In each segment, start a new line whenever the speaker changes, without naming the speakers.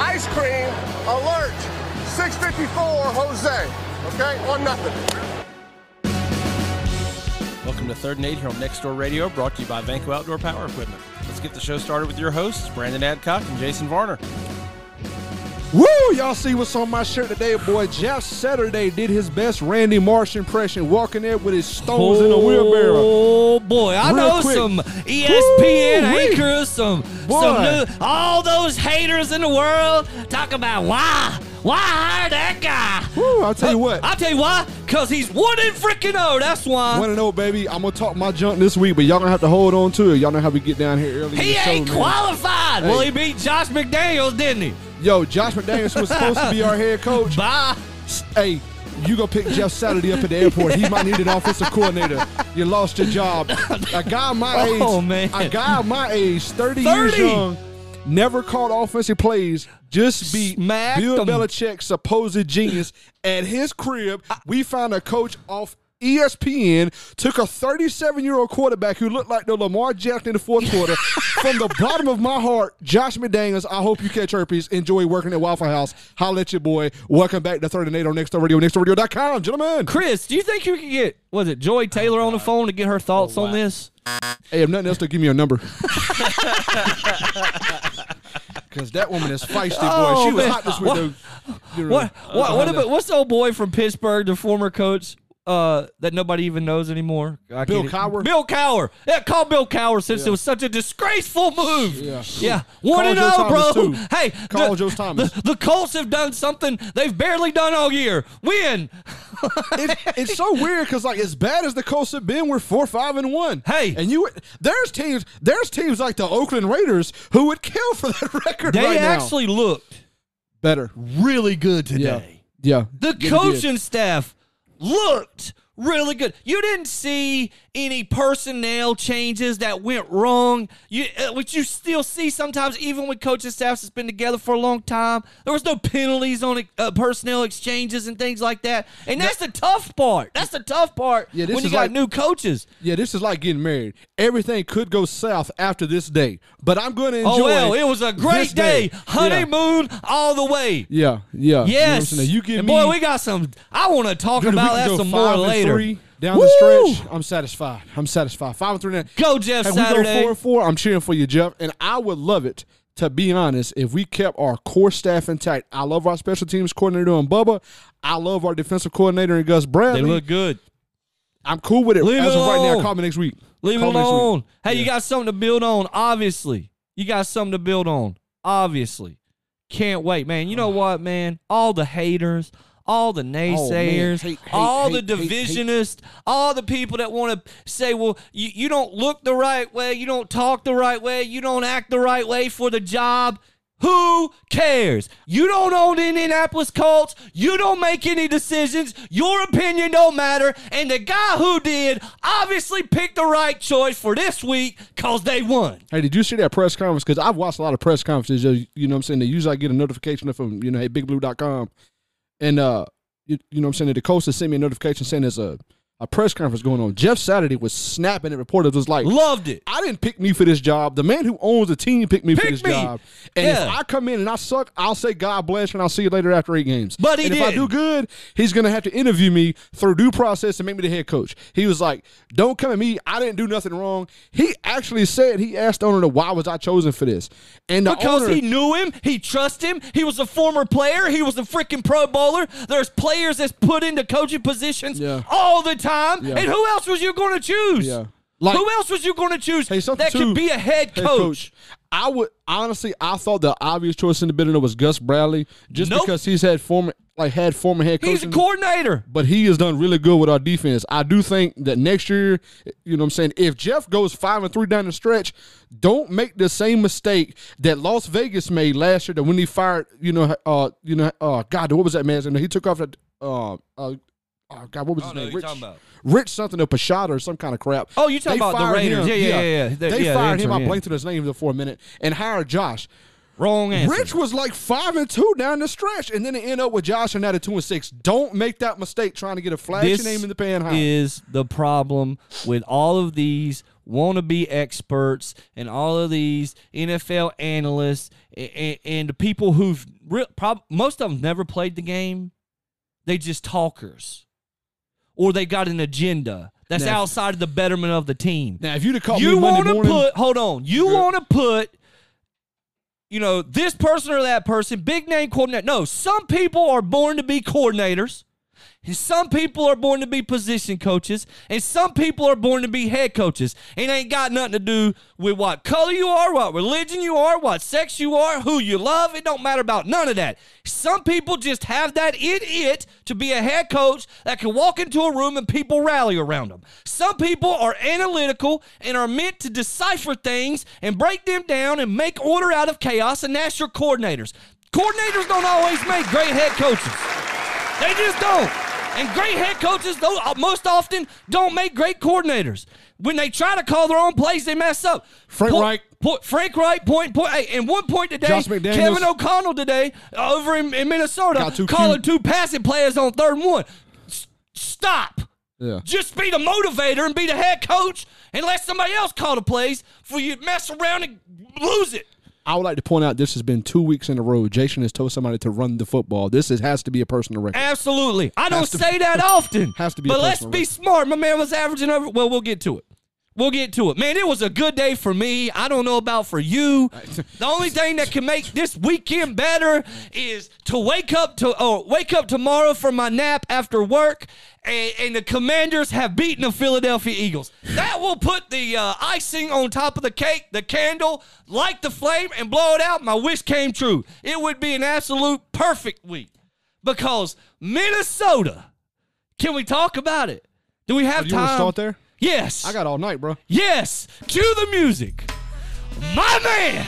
ice cream alert. 654 Jose. Okay, on nothing.
Welcome to Third and Eight here on Next Door Radio, brought to you by Vanco Outdoor Power Equipment. Let's get the show started with your hosts, Brandon Adcock and Jason Varner.
Woo! Y'all see what's on my shirt today, boy. Jeff Saturday did his best Randy Marsh impression, walking there with his stones in a wheelbarrow.
Oh boy, I
Real
know
quick.
some E ESPN
Woo-wee.
anchors, some some
Boy.
new, all those haters in the world talk about why why hire that guy.
Woo! I'll tell you what.
I'll tell you why, cause he's one in freaking oh. That's why.
Want to know, baby? I'm gonna talk my junk this week, but y'all gonna have to hold on to it. Y'all know how we get down here early. in
He
the show,
ain't
man.
qualified.
Hey.
Well, he beat Josh McDaniels, didn't he?
Yo, Josh McDaniels was supposed to be our head coach.
Bye.
S- Hey, you go pick Jeff Saturday up at the airport. He might need an offensive coordinator. You lost your job. A guy my age,
Oh, man.
a guy my age, thirty,
30.
years young, never called offensive plays. Just beat
Smacked
Bill
him.
Belichick's supposed genius at his crib. We found a coach off. E ESPN took a 37 year old quarterback who looked like the Lamar Jackson in the fourth quarter. From the bottom of my heart, Josh McDaniels, I hope you catch herpes. Enjoy working at Waffle House. Holla at your boy. Welcome back to Third and Eight on Next Door Radio, nextdoorradio.com, gentlemen.
Chris, do you think you could get was it Joy Taylor on the phone to get her thoughts on this?
Hey, if nothing else, to give me your number. Because that woman is feisty, boy.
Oh,
she was
man.
hot this week,
What-
dude. Dude,
What what what
uh,
about what's the old boy from Pittsburgh, the former coach uh, that nobody even knows anymore? I
Bill
can't-
Cowher?
Bill Cowher. Yeah, call Bill Cowher since it was such a disgraceful move.
Yeah.
one
Call
and
Joe
zero, bro.
Thomas, too.
Hey,
Call
the,
Joe Thomas.
The, the Colts have done something they've barely done all year. Win.
It, it's so weird because, like, as bad as the Colts have been, we're four, five, and one.
Hey.
and you there's teams there's teams like the Oakland Raiders who would kill for that record
They
right now.
actually looked
better.
really good
Yeah,
today.
yeah.
The
Yeah, they did.
coaching staff looked really good. You didn't see any personnel changes that went wrong, you, uh, which you still see sometimes, even when coaching staffs has been together for a long time. There was no penalties on uh, personnel exchanges and things like that. And that's the tough part. That's the tough part
Yeah, this
when you
is
got
like-
new coaches.
Yeah, this is like getting married. Everything could go south after this day, but I'm going to enjoy.
Oh, well, it was a
this
great day.
Yeah.
Honeymoon all the way.
Yeah, yeah. You know what I'm
Yes.
saying? you give
and
me.
boy, we got some. I want to talk
dude, if we
about
can
that
go
some more
five and
later.
Three down
Woo!
the stretch, I'm satisfied. I'm satisfied. Five and three. Now.
Go, Jeff
If we
Saturday.
go four and four, I'm cheering for you, Jeff. And I would love it. To be honest, if we kept our core staff intact, I love our special teams coordinator on Bubba. I love our defensive coordinator in Gus Bradley.
They look good.
I'm cool with it.
Leave
As
it
of right now,
alone.
call me next week.
Leave
Call
it
me next week.
alone. Hey, you got something to build on, obviously. You got something to build on, obviously. Can't wait, man. You know what, man? All the haters, all the naysayers,
Oh, hate, hate,
all the
hate, hate, hate.
divisionists, all the people that want to say, well, you, you don't look the right way, you don't talk the right way, you don't act the right way for the job. Who cares? You don't own the Indianapolis Colts. You don't make any decisions. Your opinion don't matter. And the guy who did obviously picked the right choice for this week because they won.
Hey, did you see that press conference? Because I've watched a lot of press conferences. You you know what I'm saying? They usually I get a notification from, you know, hey, bigblue.com. And, uh, you, you know what I'm saying? The Costa sent me a notification saying there's a, a press conference going on. Jeff Saturday was snapping at reporters, was like,
Loved it.
I didn't pick me for this job. The man who owns the team picked me for
Picked
this
me.
job. And
Yeah.
if I come in and I suck, I'll say God bless you and I'll see you later after eight games.
But he
and if I
did.
do good, he's gonna have to interview me through due process and make me the head coach. He was like, Don't come at me. I didn't do nothing wrong. He actually said he asked the owner why was I chosen for this? And the
Because
owner
he knew him, he trusted him, he was a former player, he was a freaking pro bowler. There's players that's put into coaching positions
Yeah.
all the time.
Yeah.
And who else was you going to choose?
Yeah. Like-
who else was you going to choose
Hey, something
that could
too,
be a head
hey,
coach?
I would honestly, I thought the obvious choice in the bidding was Gus Bradley, just
Nope.
because he's had former like had former head coach.
He's a coordinator.
but he has done really good with our defense. I do think that next year, you know what I'm saying, if Jeff goes 5 and 3 down the stretch, don't make the same mistake that Las Vegas made last year that when he fired, you know, uh you know, uh god, what was that man's name? He took off that uh, uh Oh God! What was his
know
name?
who you're
Rich,
talking about.
Rich something, a Pashada or some kind of crap.
Oh, you're talking about the
fired
Raiders.
him.
Yeah, yeah, yeah, yeah. The-
They
yeah, the
fired him.
interim,
I
yeah.
blanked on his name for a minute and hired Josh.
Wrong answer.
Rich was like five and two down the stretch, and then it ended up with Josh and at two and six. Don't make that mistake trying to get a flashy
this
name in the pan high.
is the problem with all of these wannabe experts and all of these NFL analysts and, and, the people who've re- prob- most of them never played the game. They just talkers, or they got an agenda that's
Now-
outside of the betterment of the team.
now, if you'd have called
you
me Monday
want to
morning,
put hold on. You want to put you know this person or that person, big name coordinator. No, some people are born to be coordinators. And some people are born to be position coaches, and some people are born to be head coaches. It ain't got nothing to do with what color you are, what religion you are, what sex you are, who you love. It don't matter about none of that. Some people just have that in it to be a head coach that can walk into a room and people rally around them. Some people are analytical and are meant to decipher things and break them down and make order out of chaos, and that's your coordinators. Coordinators don't always make great head coaches. They just don't. And great head coaches, though, uh, most often don't make great coordinators. When they try to call their own plays, they mess up.
Frank
Point-
Reich.
point- Frank Wright, point, point. Hey, and one point today,
Josh McDaniels.
Kevin O'Connell today uh, over in, in Minnesota
Got too
calling two passing players on third and one. S- stop.
Yeah.
Just be the motivator and be the head coach and let somebody else call the plays for you to mess around and lose it.
I would like to point out this has been two weeks in a row. Jason has told somebody to run the football. This is, has to be a personal record.
Absolutely. I don't
Has to-
say that often.
Has to be a
But let's
personal
be
record.
smart. My man was averaging over. Well, we'll get to it. We'll get to it. Man, it was a good day for me. I don't know about for you. The only thing that can make this weekend better is to wake up to oh, wake up tomorrow from my nap after work and, and the commanders have beaten the Philadelphia Eagles. That will put the uh, icing on top of the cake, the candle, light the flame, and blow it out. My wish came true. It would be an absolute perfect week because Minnesota. Can we talk about it? Do we have
Oh, you
time?
want to start there?
Yes.
I got all night, bro.
yes. Cue the music. My man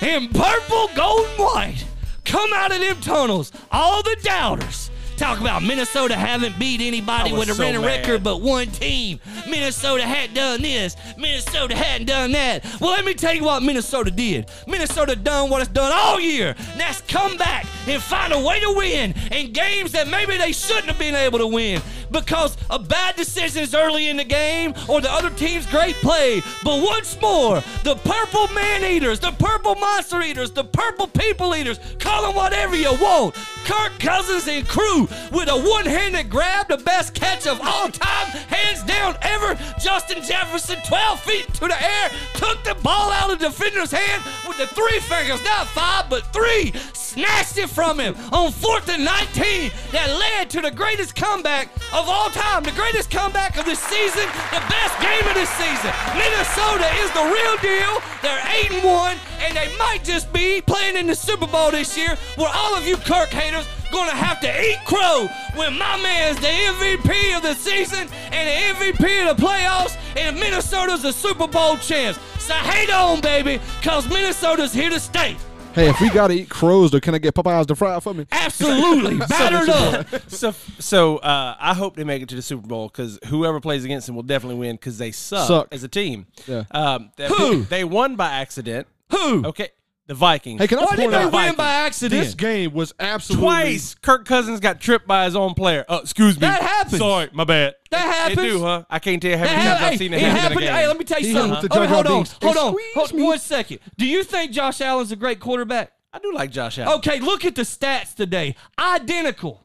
in purple, gold, and white. Come out of them tunnels. All the doubters. Talk about Minnesota haven't beat anybody
was
with a
so
winning
mad.
record but one team. Minnesota hadn't done this. Minnesota hadn't done that. Well, let me tell you what Minnesota did. Minnesota done what it's done all year. and That's come back and find a way to win in games that maybe they shouldn't have been able to win because of bad decisions early in the game or the other team's great play. But once more, the purple man eaters, the purple monster eaters, the purple people eaters, call them whatever you want. Kirk Cousins and crew with a one-handed grab, the best catch of all time, hands down ever. Justin Jefferson, 12 feet to the air, took the ball out of the defender's hand with the three fingers, not five, but three, snatched it from him on fourth and 19. That led to the greatest comeback of all time, the greatest comeback of the season, the best game of the season. Minnesota is the real deal. They're eight and one, and they might just be playing in the Super Bowl this year, where all of you Kirk haters gonna have to eat crow when my man's the MVP of the season and the MVP of the playoffs and Minnesota's the Super Bowl champs. So hate on, baby, cause Minnesota's here to stay.
Hey, if we gotta eat crows, though, can I get Popeyes to fry it for me?
Absolutely battered up.
so so uh, I hope they make it to the Super Bowl because whoever plays against them will definitely win because they suck,
Suck.
as a team.
Yeah.
Um, that-
Who?
They won by accident.
Who?
Okay, the Vikings.
Hey, can I
Why did
point
they
out
win by accident?
this game was absolutely
Twice, Kirk Cousins got tripped by his own player. Oh, excuse me.
That happens.
Sorry, my bad. It-
That
It
happens.
do, huh? I can't tell you how many
That
times
happened.
I've seen
hey,
it
it
happen.
happened.
in a game.
Hey, let me tell you
He hit him
something.
with the
Hold on,
Jar Jar
hold on,
Binks.
hold
They
on,
squeezed
hold
me.
one second. Do you think Josh Allen's a great quarterback?
I do like Josh Allen.
Okay, look at the stats today. Identical.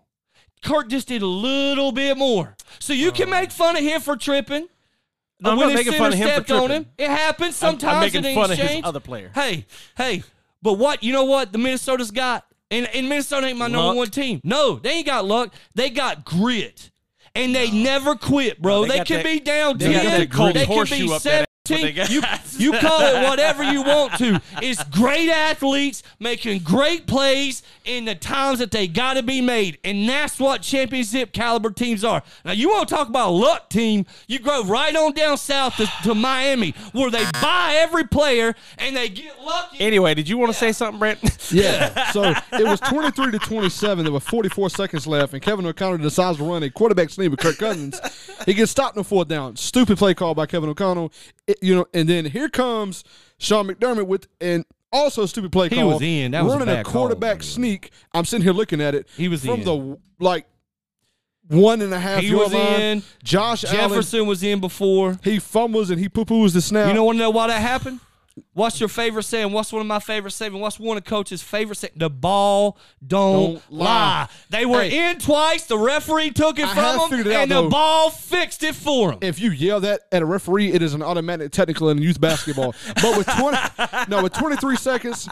Kirk just did a little bit more. So you
Oh.
can make fun of him for tripping.
No, I'm
When
not
his
making fun of
center
him for
stepped on
tripping.
It happens
I'm- I'm
sometimes.
making
it ain't
fun of his
changed.
other player.
Hey, hey, but what? You know what? The Minnesota's got, and, and Minnesota ain't my number
Luck.
one team. No, they ain't got luck. They got grit, and they never quit,
No,
bro.
they
they
got
can
that-
be down
they got
10.
that Colts
they can
horseshoe
be
up that
17.
ass, what they got.
You, you call it whatever you want to. It's great athletes making great plays in the times that they got to be made. And that's what championship caliber teams are. Now, you want to talk about a luck team, you go right on down south to, to Miami where they buy every player and they get lucky.
Anyway, did you want to say something, Brent?
Yeah. So it was 23 to 27. There were 44 seconds left, and Kevin O'Connor decides to run a quarterback sneak with Kirk Cousins. he gets stopped on fourth down. Stupid play call by Kevin O'Connell. It- you know, and then here comes Sean McDermott with an Also, stupid play
He
call.
was in. That was a
running
bad
a
call.
quarterback sneak. I'm sitting here looking at it.
He was
from
in.
the like one and a half
He
yard
was
line.
in.
Josh Allen.
Jefferson was in before.
He fumbles and he poo poos the snap.
You don't want to know why that happened? What's your favorite saying? What's one of my favorite saying? What's one of coach's favorite saying? The ball don't,
Don't lie.
lie. They were
Hey.
in twice. The referee took it
I have
from them,
figured it out,
and
though.
the ball fixed it for him.
if you yell that at a referee, it is an automatic technical in youth basketball. but with twenty, no, with twenty three seconds,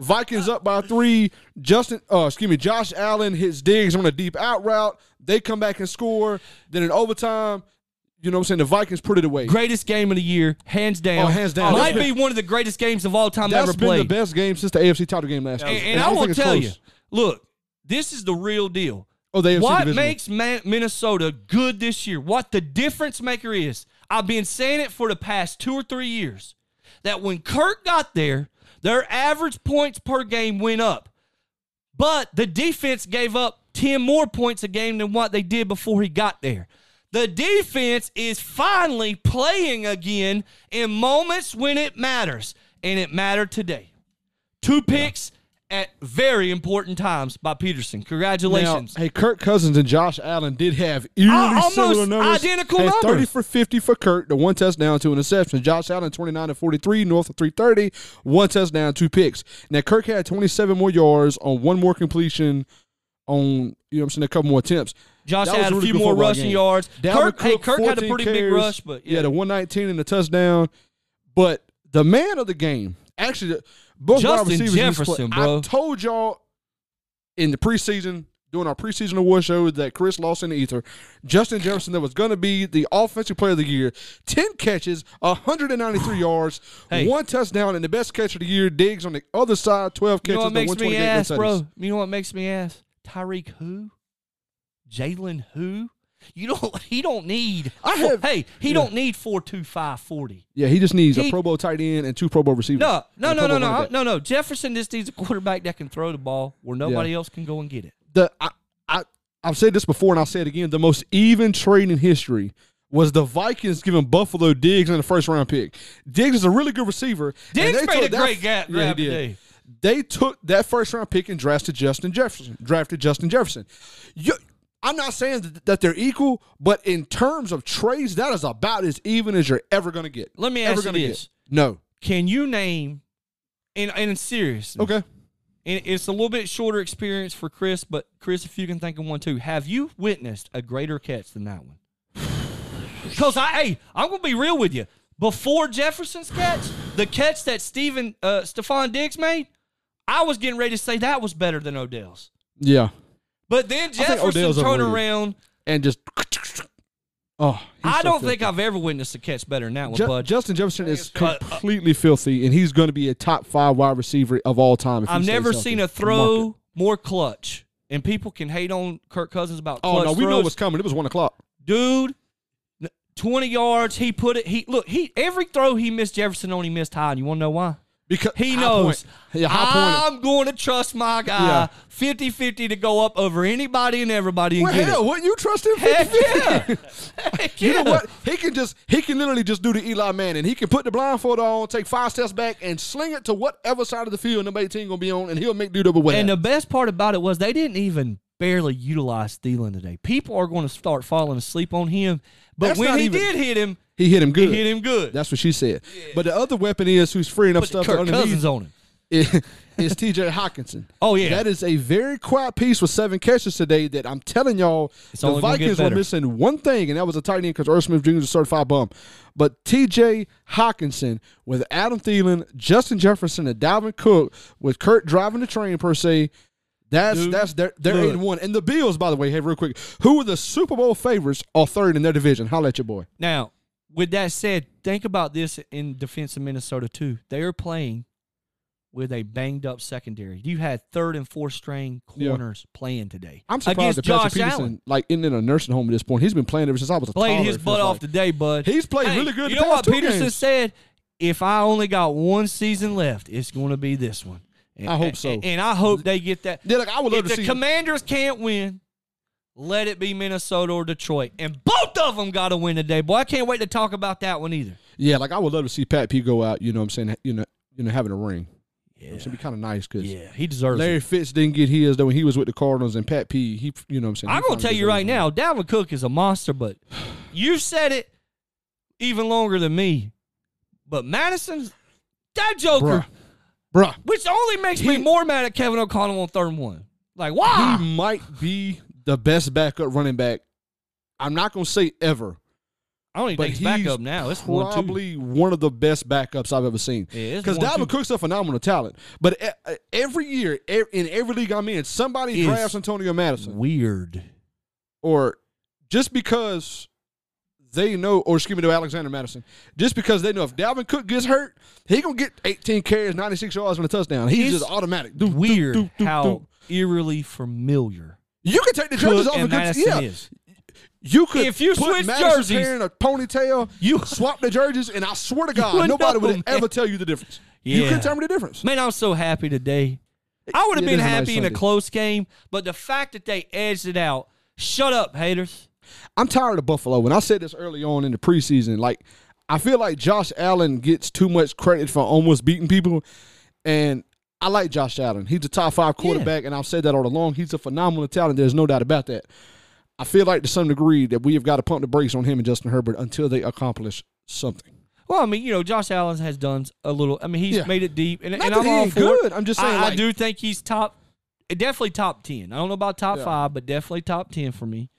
Vikings up by three. Justin, uh, excuse me, Josh Allen hits Diggs on a deep out route. They come back and score. Then in overtime, you know what I'm saying? The Vikings put it away.
Greatest game of the year, hands down.
Oh, hands down.
Might be one of the greatest games of all time
That's
ever
been
played.
the best game since the AFC title game last year.
And, and
don't
I will
think it's
tell
close.
you, look, this is the real deal.
Oh, the AFC
what
divisional.
makes Ma- Minnesota good this year? What the difference maker is? I've been saying it for the past two or three years that when Kirk got there, their average points per game went up, but the defense gave up ten more points a game than what they did before he got there. The defense is finally playing again in moments when it matters, and it mattered today. Two picks at very important times by Peterson.
Now,
Congratulations.
hey, Kirk Cousins and Josh Allen did have eerily
almost
similar numbers.
identical
Hey, Thirty
numbers.
for fifty for Kirk, the one touchdown, two interceptions. Josh Allen twenty nine to forty three, north of three thirty, one touchdown, two picks. Now Kirk had twenty seven more yards on one more completion, on you know what I'm saying a couple more attempts.
Josh
That was
had a
really
few
good
more
football
rushing
game.
yards.
Dalvin
Kirk, hey,
Cook,
Kirk had
14
a pretty big
carries.
rush, but
he
yeah,
had a 119 and a touchdown. But the man of the game, actually, the- both wide
Justin
receivers in this play-
Jefferson, bro.
I told y'all in the preseason during our preseason award show that Chris lost in the ether. Justin Jefferson that was going to be the offensive player of the year. 10 catches, 193 yards,
Hey.
one touchdown, and the best catch of the year. Diggs on the other side, 12
you
catches,
know what
the
makes me
128
ask,
touchdowns.
bro? You know what makes me ask? Tyreek who? Jalen who? You don't. He don't need.
I have-
hey, he
yeah.
don't need four two five forty.
Yeah, he just needs a
He-
Pro Bowl tight end and two Pro Bowl receivers.
No, no,
And a
no,
Pro
no,
Bowl
no,
running
I-
back.
no, no. Jefferson just needs a quarterback that can throw the ball where nobody else can go and get it.
the I, I I've said this before and I'll say it again. The most even trade in history was the Vikings giving Buffalo Diggs in the first round pick. Diggs is a really good receiver. and
Diggs
they
made
took
a great ga-
he
grab
did.
today.
They took that first round pick and drafted Justin Jefferson. Drafted Justin Jefferson. You, I'm not saying that, that they're equal, but in terms of trades, that is about as even as you're ever going to get.
Let me
Ever
ask you
gonna get.
this.
No.
Can you name? And and serious.
Okay.
And it's a little bit shorter experience for Chris, but Chris, if you can think of one too, have you witnessed a greater catch than that one? Because I, hey, I'm gonna be real with you. Before Jefferson's catch, the catch that Stephen uh, Stephon Diggs made, I was getting ready to say that was better than Odell's.
Yeah.
But then Jefferson
Odell's
turned
overrated.
around.
And just. Oh, he's
I
so
don't
filthy.
think I've ever witnessed a catch better than that one,
Ju-
bud.
Justin Jefferson is
Uh, uh,
completely filthy, and he's going to be a top five wide receiver of all time. if he
I've
stays
never
healthy.
seen a
Mark it.
throw more clutch. And people can hate on Kirk Cousins about
Oh
clutch
no, we know
throws.
what's coming. It was one o'clock.
dude. n- Twenty yards, he put it. He look, he every throw he missed Jefferson only missed high. And you want to know why?
Because
He
high
knows. Ah,
point. Yeah, high point.
I'm going to trust my
Yeah.
guy 50-50 to go up over anybody and everybody and
Well,
get
hell,
it.
wouldn't you trust him?
Heck yeah! Heck
You
yeah.
know what? He can just he can literally just do the Eli Manning. He can put the blindfold on, take five steps back, and sling it to whatever side of the field number eighteen gonna be on, and he'll make dude up with
And
that.
the best part about it was they didn't even barely utilize Thielen today. People are going to start falling asleep on him. But
That's
when
not
he
even-
did hit him,
He hit him good.
he hit him good.
That's what she said. But the other weapon is who's freeing up
Put
stuff
Kirk
underneath.
Cousins on him.
is, is TJ Hawkinson.
Oh, yeah.
That is a very quiet piece with seven catches today that I'm telling y'all
It's
the
only gonna get
Vikings were
better.
missing one thing, and that was a tight end because Irv Smith Jr. is a certified bum. But TJ Hawkinson with Adam Thielen, Justin Jefferson, and Dalvin Cook with Kurt driving the train per se. That's
Dude,
that's their their
look.
eight and one. And the Bills, by the way, hey, real quick, who are the Super Bowl favorites are third in their division? Holla at your boy.
Now, with that said, think about this in defense of Minnesota too. They are playing with a banged up secondary. You had third and fourth string
Yeah.
corners playing today.
I'm surprised
against
that Patrick
Josh
Peterson
Allen.
like isn't in a nursing home at this point. He's been playing ever since I was a
Played
toddler,
his
it feels
butt off
like.
today, bud.
He's played
Hey,
really good
You
the
know
past
what
two
Peterson
games.
said? If I only got one season left, it's going to be this one. And-
I hope so.
And, and I hope they get that.
Yeah, like I would love
If
to
the
see.
Commanders can't win, let it be Minnesota or Detroit. And both of them got to win today. Boy, I can't wait to talk about that one either.
yeah, like I would love to see Pat P go out. You know, what I'm saying, you know, you know, having a ring. It's gonna be kind of nice because
Yeah, he deserves it.
Larry Fitz didn't get his though when he was with the Cardinals and Pat P. He, you know what I'm saying.
I'm
He
gonna
finally
tell you
deserves
right
it.
now, Dalvin Cook is a monster, but you said it even longer than me. But Madison, that Joker,
bruh, bruh,
which only makes me
He-
more mad at Kevin O'Connell on third and one. Like, why?
he might be the best backup running back. I'm not gonna say ever,
I don't even
but
think it's
he's
back up now. It's one two.
probably one of the best backups I've ever seen.
Yeah, it's
because
one,
Dalvin
two.
Cook's a phenomenal talent. But e- uh, every year, e- in every league I'm in, somebody
Is-
drafts Antonio Madison,
Weird.
or just because they know, or excuse me, to Alexander Madison, just because they know if Dalvin Cook gets hurt, he gonna get 18 carries, 96 yards, and a touchdown. He's
It's
just automatic. Dude,
Weird
doop, doop,
how
doop.
eerily familiar
you can take the
Cook
jerseys off
and
and
Madison
yeah,
is.
you could.
If you
put
switch
Madison's
jerseys-
hair in a ponytail,
You-
you swap the jerseys, and I swear to God,
would
nobody
know,
would
man.
ever tell you the difference. You
Yeah.
couldn't tell me the difference.
Man, I'm so happy today. I would have
it
been
is a nice
happy in a
Sunday.
close game, but the fact that they edged it out. Shut up, haters.
I'm tired of Buffalo. When I said this early on in the preseason, like I feel like Josh Allen gets too much credit for almost beating people, and I like Josh Allen. He's a top five quarterback, and I've said that all along. He's a phenomenal talent. There's no doubt about that. I feel like to some degree that we have got to pump the brakes on him and Justin Herbert until they accomplish something.
Well, I mean, you know, Josh Allen has done a little. I mean, he's
Yeah.
made it deep, and,
Not
and
that
I'm
he
all
ain't
for it.
good, I'm just saying,
I, I
like-
do think he's top, definitely top ten. I don't know about top
Yeah.
five, but definitely top ten for me.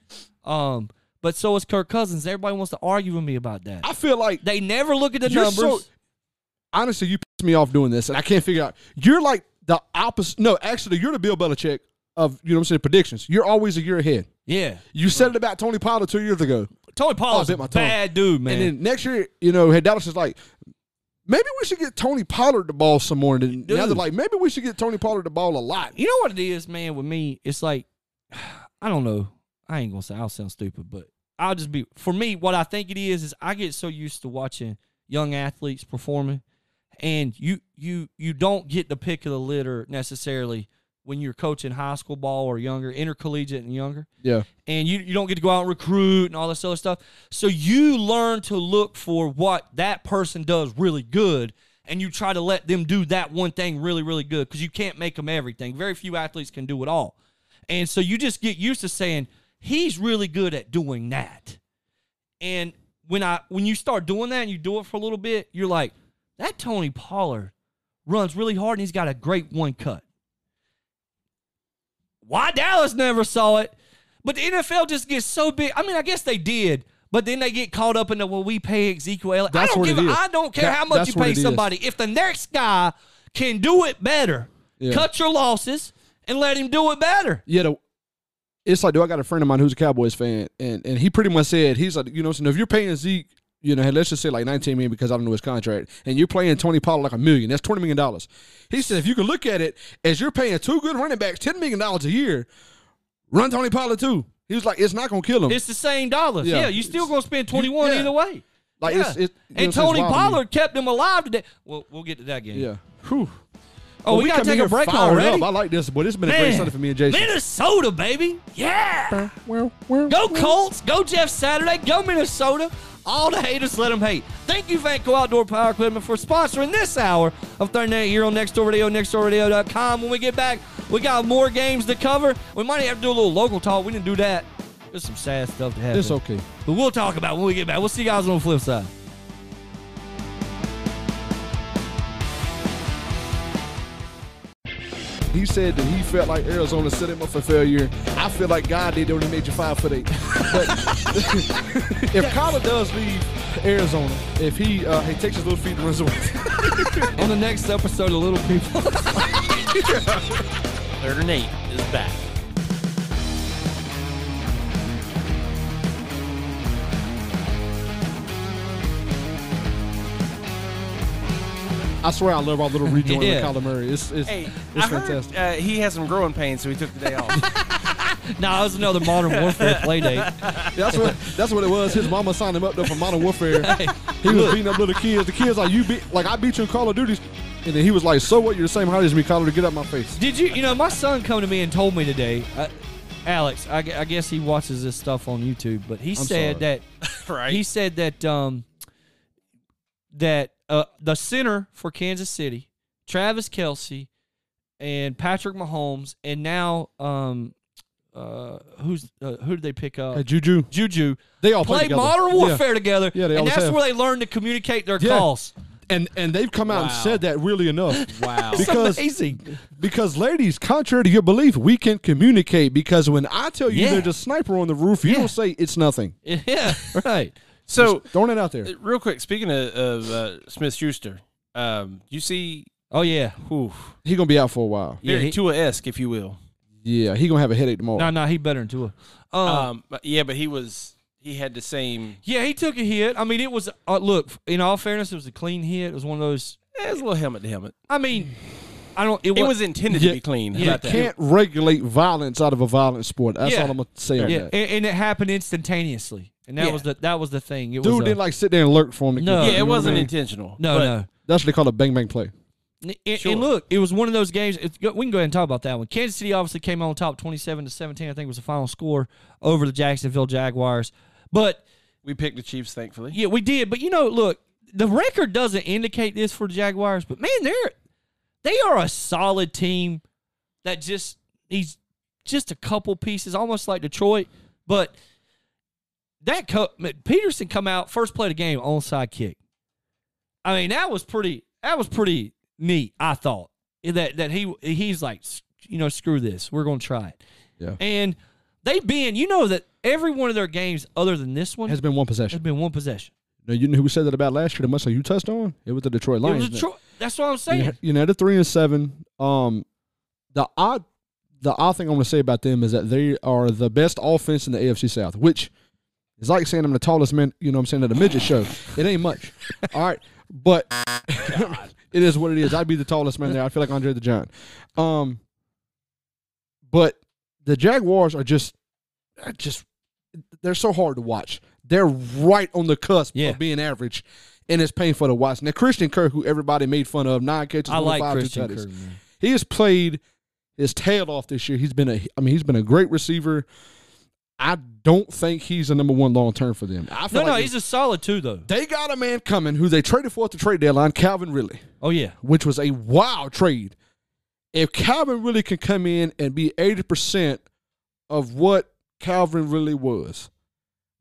Um, but so is Kirk Cousins. Everybody wants to argue with me about that.
I feel like
they never look at the
You're
numbers.
so- honestly, you pissed me off doing this, and I can't figure out. You're like the opposite. No, actually, you're the Bill Belichick of you know what I'm saying predictions. You're always a year ahead.
yeah,
You said it about Tony Pollard two years ago.
Tony Pollard's
Oh, I
a
bit my tongue.
bad dude, man.
And then next year, you know, had Dallas is like, maybe we should get Tony Pollard the ball some more. And then now they're
Dude.
like, maybe we should get Tony Pollard the ball a lot.
you know what it is, man. With me, it's like I don't know. I ain't gonna say I'll sound stupid, but I'll just be for me. What I think it is is I get so used to watching young athletes performing, and you you you don't get the pick of the litter necessarily when you're coaching high school ball or younger, intercollegiate and younger
Yeah.
and you, you don't get to go out and recruit and all this other stuff. So you learn to look for what that person does really good, and you try to let them do that one thing really, really good because you can't make them everything. Very few athletes can do it all. And so you just get used to saying, he's really good at doing that. And when I when you start doing that and you do it for a little bit, you're like, that Tony Pollard runs really hard and he's got a great one cut. Why Dallas never saw it? But the NFL just gets so big. I mean, I guess they did, but then they get caught up in the well, we pay Ezekiel. Elliott. I
That's
don't
what
give.
it
a-
is.
I don't care
That-
how much
that's
you
what
pay
it is.
somebody. If the next guy can do it better,
Yeah.
cut your losses and let him do it better.
Yeah. The, it's like, do I got a friend of mine who's a Cowboys fan? And and he pretty much said, he's like, you know, so if you're paying Zeke, you know, let's just say like 19 million because I don't know his contract, and you're playing Tony Pollard like a million, that's $20 million. He said, if you can look at it as you're paying two good running backs $10 million a year, run Tony Pollard too. He was like, it's not going to kill him.
It's the same dollars. Yeah,
Yeah.
you still gonna spend twenty one
yeah.
either way.
Like,
yeah.
it's- it- you know,
and
it's- it's
Tony
wild to me.
Pollard kept him alive today. Well, we'll get to that game.
yeah. Whew.
Oh, we,
come
gotta
in
take
here
a break
fired
already.
Up. I like this, but it's been a great Sunday for me and Jason.
Minnesota, baby. Yeah.
Well, well,
Go
well.
Colts. Go Jeff Saturday. Go Minnesota. All the haters let them hate. Thank you, Vanco Outdoor Power Equipment, for sponsoring this hour of Thursday Night here on Next Door Radio, nextdoorradio.com. When we get back, we got more games to cover. We might have to do a little local talk. We didn't do that. There's some sad stuff to happen.
It's okay.
But we'll talk about it when we get back. We'll see you guys on the flip side.
He said that he felt like Arizona set him up for failure. I feel like God did when he made you five foot eight. But if Kyler does leave Arizona, if he uh, he takes his little feet and runs away,
on the next episode of Little People.
Third and eight is back.
I swear I love our little rejoin
Yeah.
with Kyler Murray. It's it's,
Hey,
it's
I
fantastic.
heard uh, he has some growing pains, so he took the day off.
nah, it was another Modern Warfare play date.
That's what that's what it was. His mama signed him up though for Modern Warfare. he was beating up little kids. The kids like you beat like I beat you in Call of Duty, and then he was like, "So what? You're the same height as me, Kyler. To get out my face."
Did you? You know, my son come to me and told me today, uh, Alex. I, gu- I guess he watches this stuff on YouTube, but he said
sorry.
that
right?
he said that um that uh, the center for Kansas City Travis Kelsey and Patrick Mahomes, and now um, uh, who's uh, who did they pick up?
Hey, Juju.
Juju.
They all play
Play
together.
modern
Yeah.
warfare together,
Yeah, they
and
always
that's
have.
where they learn to communicate their
Yeah.
calls.
And and they've come out and
Wow.
said that really enough.
Wow.
It's
Because-
amazing.
Because, ladies, contrary to your belief, we can communicate. Because when I tell you
Yeah.
there's a sniper on the roof, you
Yeah.
don't say it's nothing.
Yeah, right.
So,
Throwing it out there.
real quick, speaking of, of uh, Smith Schuster, um, you see,
Oh yeah.
whew,
He gonna be out for a while.
Yeah,
very
he-
Tua esque, if you will.
Yeah, he gonna have a headache tomorrow.
No, no, he better than Tua. Um,
Um, but- yeah, but he was he had the same.
yeah, he took a hit. I mean, it was uh, look. In all fairness, it was a clean hit. It was one of those.
eh, It was a little helmet to helmet.
I mean, I don't. It,
It
wa-
was intended
Yeah.
to be clean. How
Yeah,
about that?
Can't regulate violence out of a violent sport. That's
Yeah.
all I'm gonna say on
Yeah,
that.
and, and it happened instantaneously, and that
Yeah.
was the that was the thing. It was
Dude
a-
didn't like sit there and lurk for him. to
No.
get-
Yeah,
you know
Yeah, it
what I
wasn't
mean?
intentional.
no,
but
no.
That's what they call a bang bang play.
And, and
Sure.
look, it was one of those games. It's, go- we can go ahead and talk about that one. Kansas City obviously came on top, twenty-seven to seventeen. I think was the final score over the Jacksonville Jaguars. But
We picked the Chiefs, thankfully.
yeah, we did. But you know, look, the record doesn't indicate this for the Jaguars. But man, they're they are a solid team that just needs just a couple pieces, almost like Detroit. But that co- Peterson come out first play of the game onside kick. I mean, that was pretty. That was pretty neat. I thought that that he he's like, "S- you know, screw this. We're gonna try it.
Yeah.
And they've been, you know, that every one of their games other than this one
Has been one
has
possession.
been one possession.
Now, you know who said that about last year? The muscle you touched on? It was the Detroit
It
Lions.
was Detroit. That's what I'm
You know,
saying.
you know, they're three and seven. Um, the odd, the odd thing I'm going to say about them is that they are the best offense in the AFC South, which is like saying I'm the tallest man. You know, what I'm saying at a midget show. It ain't much. All right, but it is what it is. I'd be the tallest man there. I feel like Andre the Giant. Um, but the Jaguars are just, I just they're so hard to watch. They're right on the cusp
Yeah.
of being average, and it's painful to watch. Now Christian Kirk, who everybody made fun of, nine catches,
I like
105, two
Christian
touchdowns.
Kirk, man.
He has played his tail off this year. He's been a, I mean, he's been a great receiver. I don't think he's the number one long term for them. I feel
No,
like
no,
if
he's a solid two though.
they got a man coming who they traded for at the trade deadline, Calvin Ridley,
Oh yeah,
which was a wild trade. If Calvin Ridley can come in and be eighty percent of what Calvin Ridley was,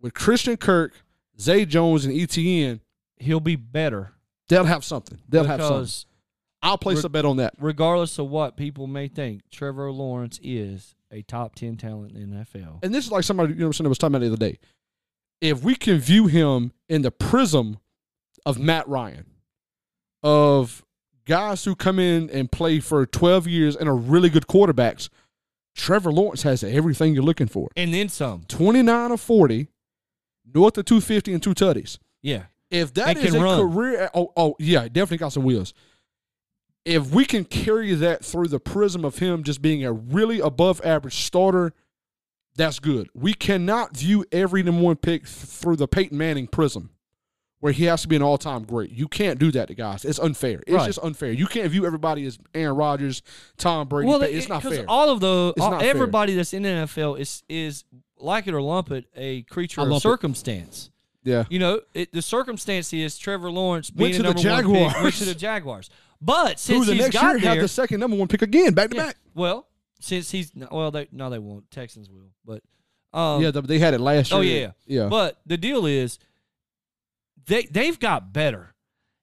with Christian Kirk, Zay Jones, and ETN,
he'll be better
they'll have something. They'll have something.
because
I'll place a bet on that.
regardless of what people may think, Trevor Lawrence is a top ten talent in the NFL.
and this is like somebody you know what I'm saying I was talking about the other day. If we can view him in the prism of Matt Ryan, of guys who come in and play for 12 years and are really good quarterbacks, Trevor Lawrence has everything you're looking for.
And then some.
29 or 40, north of 250 and two tutties.
Yeah.
If that
And
is a
can run.
career, oh, oh yeah, definitely got some wheels. If we can carry that through the prism of him just being a really above average starter, that's good. We cannot view every number one pick th- through the Peyton Manning prism, where he has to be an all time great. You can't do that to guys. It's unfair. It's
Right.
just unfair. You can't view everybody as Aaron Rodgers, Tom Brady.
Well,
Pey- it's
it-
not
'cause
fair.
All of the
It's
all-
not fair.
everybody that's in the NFL is is like it or lump it a creature
I lump
of
it.
circumstance.
yeah,
You know, it, the circumstance is Trevor Lawrence being
Went to the
a number one pick, went
Jaguars.
to the Jaguars. But
who
since
the
he's
next year
got there,
have the second number one pick again, back to
Yeah.
back.
Well, since he's no- well, they no, they won't. Texans will, but um,
Yeah, th- they had it last year.
oh yeah,
yeah.
But the deal is, they they've got better,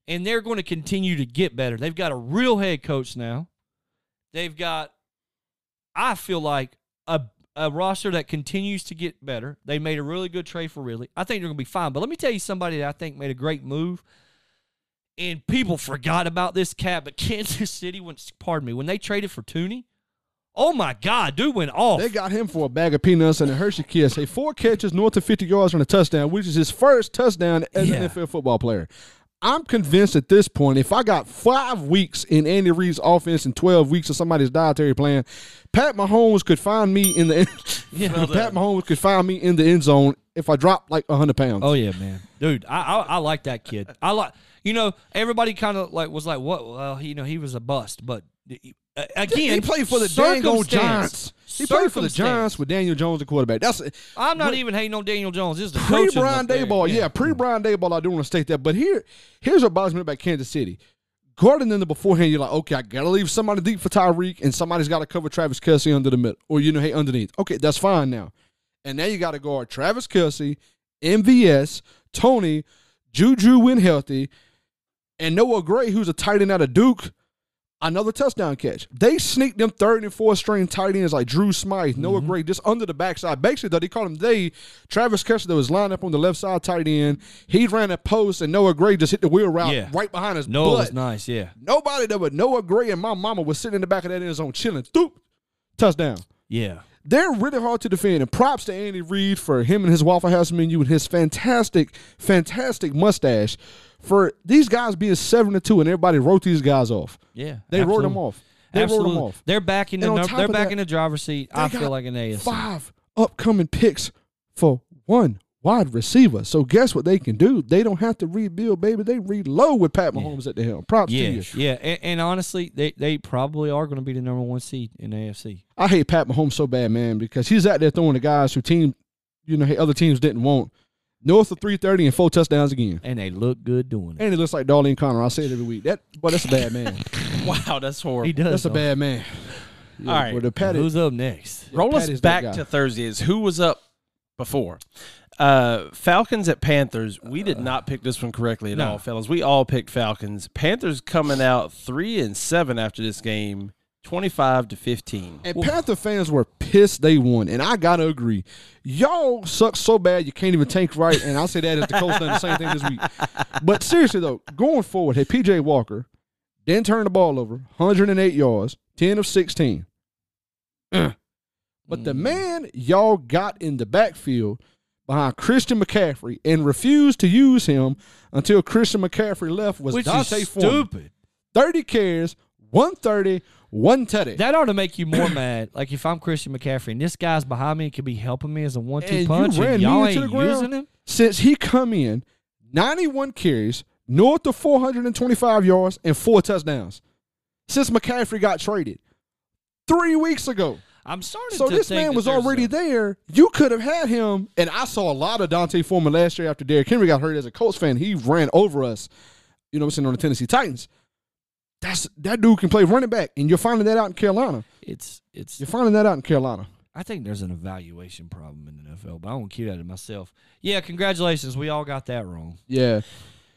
and they're going to continue to get better. They've got a real head coach now. They've got, I feel like a a roster that continues to get better. They made a really good trade for Ridley. I think they're going to be fine. But let me tell you somebody that I think made a great move. And people forgot about this cat, but Kansas City, when, pardon me, when they traded for Tooney, oh my God, dude went off.
They got him for a bag of peanuts and a Hershey Kiss. Hey, four catches north of 50 yards on a touchdown, which is his first touchdown as
Yeah.
an NFL football player. I'm convinced at this point, if I got five weeks in Andy Reid's offense and 12 weeks of somebody's dietary plan, Pat Mahomes could find me in the end.
Yeah.
Pat Mahomes could find me in the end zone if I dropped like 100 pounds.
Oh yeah, man, dude, I I, I like that kid. I like you know everybody kind of like was like what well you know he was a bust, but uh, again
He played for the dang old
circumstance.
Giants. He played for the
Circumstance.
Giants with Daniel Jones, the quarterback. That's
I'm not even hating on Daniel Jones. This is the
pre
coaching
Brian
up there.
Dayball, yeah, pre Brian Dayball. I do want to state that, but here, here's what bothers me about Kansas City: guarding them beforehand, you're like, okay, I gotta leave somebody deep for Tyreek, and somebody's gotta cover Travis Kelsey under the middle, or you know, hey, underneath. Okay, that's fine now. And now you gotta guard Travis Kelsey, MVS, Tony, Juju when healthy, and Noah Gray, who's a tight end out of Duke. Another touchdown catch. They sneaked them third and fourth string tight ends like Drew Smythe, Noah
Mm-hmm.
Gray, just under the backside. Basically, though, they called him they Travis Kelsey that was lined up on the left side tight end. He ran a post, and Noah Gray just hit the wheel route
Yeah.
right behind his
No, it
butt.
was nice. Yeah,
Nobody that would Noah Gray and my mama was sitting in the back of that end zone chilling. Doop, touchdown.
yeah.
They're really hard to defend. And props to Andy Reid for him and his Waffle House menu and his fantastic, fantastic mustache for these guys being seven to two and everybody wrote these guys off.
Yeah,
They wrote
absolutely.
them off. They wrote
Absolutely.
them off.
They're back in the
And on
num-
top
they're
of
back
that,
in the driver's seat. I
They
feel
got
like an ASC.
Five upcoming picks for one wide receiver. So guess what they can do? They don't have to rebuild, baby. They reload with Pat Mahomes at the helm. Props
Yeah,
to you.
yeah, and, and honestly, they, they probably are going to be the number one seed in the AFC.
I hate Pat Mahomes so bad, man, because he's out there throwing the guys who team, you know, hey, other teams didn't want. North of three thirty and four touchdowns again,
And they look good doing it.
and he looks like Darlene Connor. I say it every week. That, but that's a bad man.
Wow, that's horrible.
He does.
That's a
though.
bad man. Yeah,
All right.
but the Pat
Who's up next?
Roll us
Patty's that guy.
back to Thursdays. Who was up before? Uh, Falcons at Panthers. We did not pick this one correctly at
Uh, no.
all, fellas. We all picked Falcons. Panthers coming out three and seven after this game, twenty-five to fifteen.
and Panther fans were pissed they won, and I gotta agree. Y'all suck so bad you can't even tank right, and I'll say that as the coach done the same thing this week. But seriously though, going forward, hey PJ Walker didn't turn the ball over, 108 yards, 10 of 16. Uh. But
Mm.
the man y'all got in the backfield behind Christian McCaffrey and refused to use him until Christian McCaffrey left was
Which
Dante
is
Foreman.
stupid.
30 carries, 130, one tutty.
That ought to make you more mad. Like if I'm Christian McCaffrey and this guy's behind me and could be helping me as a one-two
And
punch,
you ran
and y'all
me into
ain't
the ground.
using him.
since he come in, 91 carries, north of 425 yards, and four touchdowns. Since McCaffrey got traded three weeks ago.
I'm starting
So
to
this
think
man
that
was
there's
already
a-
there. You could have had him. And I saw a lot of Dante Foreman last year after Derrick Henry got hurt as a Colts fan. He ran over us, you know what I'm saying, on the Tennessee Titans. That's that dude can play running back. And you're finding that out in Carolina.
It's it's
You're finding that out in Carolina.
I think there's an evaluation problem in the NFL, but I won't cue that to myself. Yeah, congratulations. We all got that wrong.
Yeah.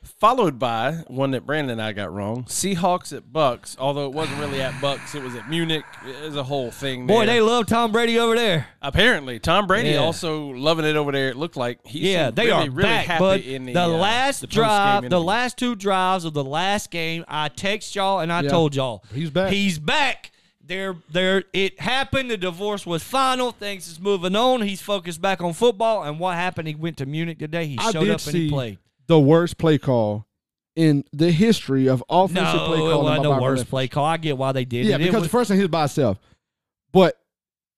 Followed by one that Brandon and I got wrong: Seahawks at Bucks. Although it wasn't really at Bucks, it was at Munich. It was a whole thing.
Boy,
man.
they love Tom Brady over there.
apparently Tom Brady
Yeah.
also loving it over there. It looked like he
yeah,
seemed
they
really,
are
really
back,
happy
bud.
in the,
the
uh,
last
the postgame
drive, the
interview.
last two drives of the last game, I text y'all and I
Yeah.
told y'all
He's back.
He's back. There, there. It happened. The divorce was final. Things is moving on. He's focused back on football. And what happened? He went to Munich today. He
I
showed
did
up and he
see
played.
the worst play call in the history of offensive
No,
play
it
calling.
wasn't
by
the
Byron
worst
Leftwich.
play call. I get why they did
Yeah,
it. It
because
was-
the first thing he was by himself, but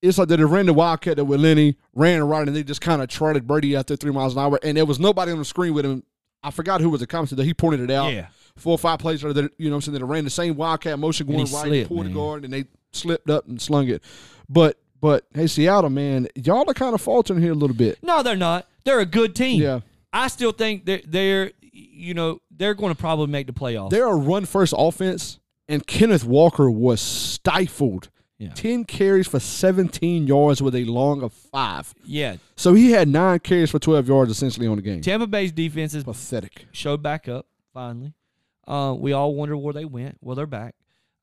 it's like they ran the wildcat that with Lenny ran right, and they just kind of trotted Brady out there three miles an hour, and there was nobody on the screen with him. I forgot who was the commentator. that He pointed it out.
Yeah.
Four or five plays later, that, you know what I'm saying? They ran the same wildcat motion
And
going
he
right,
slipped,
pulled the
man.
guard, and they slipped up and slung it. But, but hey, Seattle, man, y'all are kind of faltering here a little bit.
No, they're not. They're a good team.
Yeah.
I still think they're, they're you know, they're going to probably make the playoffs.
They're a run first offense, and Kenneth Walker was stifled.
Yeah.
10 carries for 17 yards with a long of five.
yeah.
So he had nine carries for 12 yards essentially on the game.
Tampa Bay's defense is
Pathetic.
showed back up finally. Uh, we all wonder where they went. Well, they're back.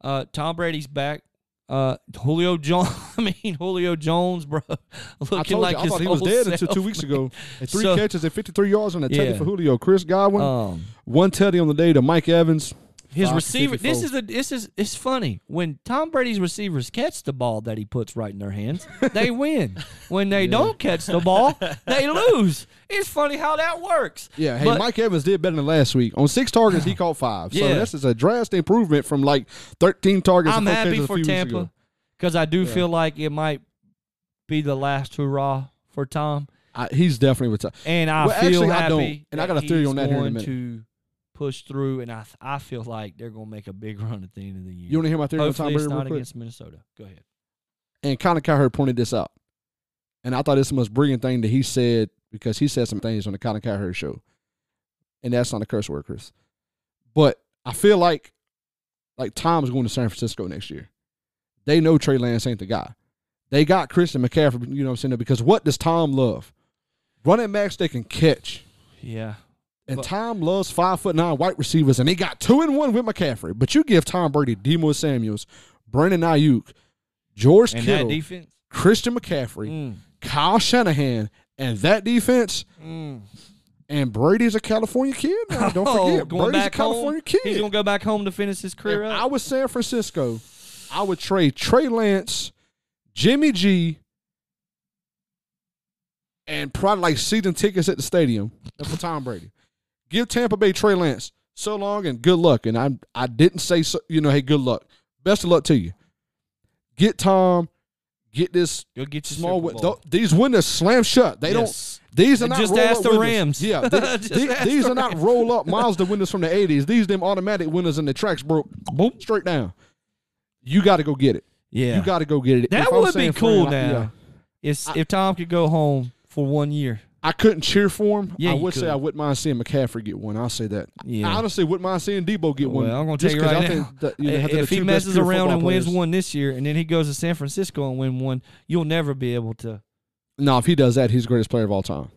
Uh, Tom Brady's back. Uh, Julio Jones. I mean, Julio Jones, bro, looking
I told
like
you, I
his
thought he was
old
dead
self.
until two weeks ago. And three
So-
catches at 53 yards on a teddy
Yeah.
for Julio. Chris Godwin,
Um,
one teddy on the day to Mike Evans.
his
Five for
receiver. This
54.
is a. This is. It's funny when Tom Brady's receivers catch the ball that he puts right in their hands, they win. When they don't catch the ball, they lose. It's funny how that works.
Yeah, hey,
But-
Mike Evans did better than last week. On six targets, he caught five. So
Yeah.
this is a drastic improvement from like 13 targets.
I'm
and four
happy
catches a few
for
Weeks ago.
Tampa because I do feel like it might be the last hurrah for Tom,
I, he's definitely retired.
and I
Well,
feel
actually, I
happy.
don't, and I got a theory
he's
on that here in a
going
minute.
to push through, and I th- I feel like they're going to make a big run at the end of the year.
You want to hear my theory on Tom
Hopefully,
Brady
it's
real
not
quick?
against Minnesota. Go ahead.
and Colin Cowherd pointed this out. And I thought this was the most brilliant thing that he said because he said some things on the Colin Cowherd show. And that's not a curse word, Chris. But I feel like Like Tom's going to San Francisco next year. They know Trey Lance ain't the guy. They got Christian McCaffrey, you know what I'm saying? Because what does Tom love? Running backs they can catch.
Yeah.
And
But-
Tom loves five foot nine white receivers, and he got two and one with McCaffrey. But you give Tom Brady, Demo Samuels, Brandon Ayuk, George
And that
Kittle,
defense.
Christian McCaffrey,
Mm.
Kyle Shanahan, and that defense.
Mm.
And Brady's a California kid now. Don't
Oh,
forget,
going
Brady's a
back
California
home.
kid.
He's gonna go back home to finish his career
If
up.
I was San Francisco, I would trade Trey Lance, Jimmy G, and probably like season tickets at the stadium for Tom Brady. Give Tampa Bay Trey Lance so long and good luck. And I I didn't say so, you know hey good luck. Best of luck to you. Get Tom. Get this
Go get your
small.
Super
Win-
Bowl.
th- these windows slam shut. They
Yes.
don't. These are
And
not
just
roll
ask
up
the
windows.
Rams.
Yeah, they-
Just
they-
ask
these
the
are not
Rams.
roll up Mazda windows from the '80s. These them automatic windows and the tracks broke boom straight down. You got to go get it.
yeah.
You got to go get it.
that
If I'm
would be
saying
cool
friend, I,
now.
yeah.
If if Tom could go home for one year.
I couldn't cheer for him.
Yeah,
I
you
would say
could.
I wouldn't mind seeing McCaffrey get one. I'll say that.
Yeah.
I honestly wouldn't mind seeing Debo get one.
Well, I'm gonna tell
just
you
'cause
right
I
now.
think that, you know,
i-
they're the
if he
two best
messes
pure
around
football
and wins
players.
one this year, and then he goes to San Francisco and win one, you'll never be able to.
no, if he does that, he's the greatest player of all time.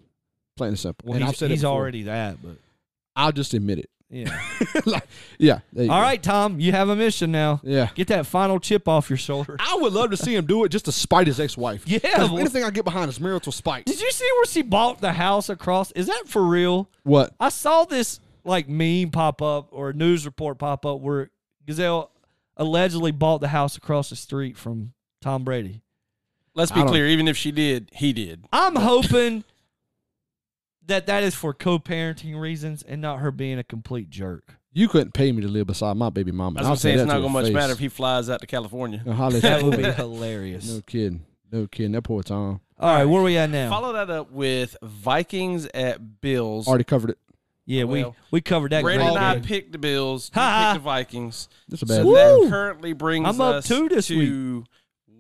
Plain and simple.
Well,
and
he's,
I've said it
he's
before.
already that, but
I'll just admit it.
yeah.
like, yeah. there you
All
go.
right, Tom, you have a mission now.
Yeah.
Get that final chip off your shoulder.
I would love to see him do it just to spite his ex-wife.
Yeah,
'Cause
well-
anything I get behind is marital spite.
Did you see where she bought the house across? Is that for real?
What?
I saw this like meme pop up or a news report pop up where Gazelle allegedly bought the house across the street from Tom Brady.
Let's
I
be
don't-
clear. Even if she did, he did.
I'm hoping that that is for co-parenting reasons and not her being a complete jerk.
You couldn't pay me to live beside my baby mama.
I was
I'll
gonna
say
say it's
that
not
to
gonna
her
much
face. Uh-huh.
matter if he flies out to California.
I'll holler at
That
you.
would be hilarious.
No kidding. No kidding. That poor Tom.
All right, where we at now?
Follow that up with Vikings at Bills.
Already covered it.
yeah, we
Well,
we covered that.
Brandon
great
and I
big.
picked the Bills. You
Ha.
picked the Vikings.
That's a bad
So
thing.
that
Woo.
currently brings
I'm up
us
two this
to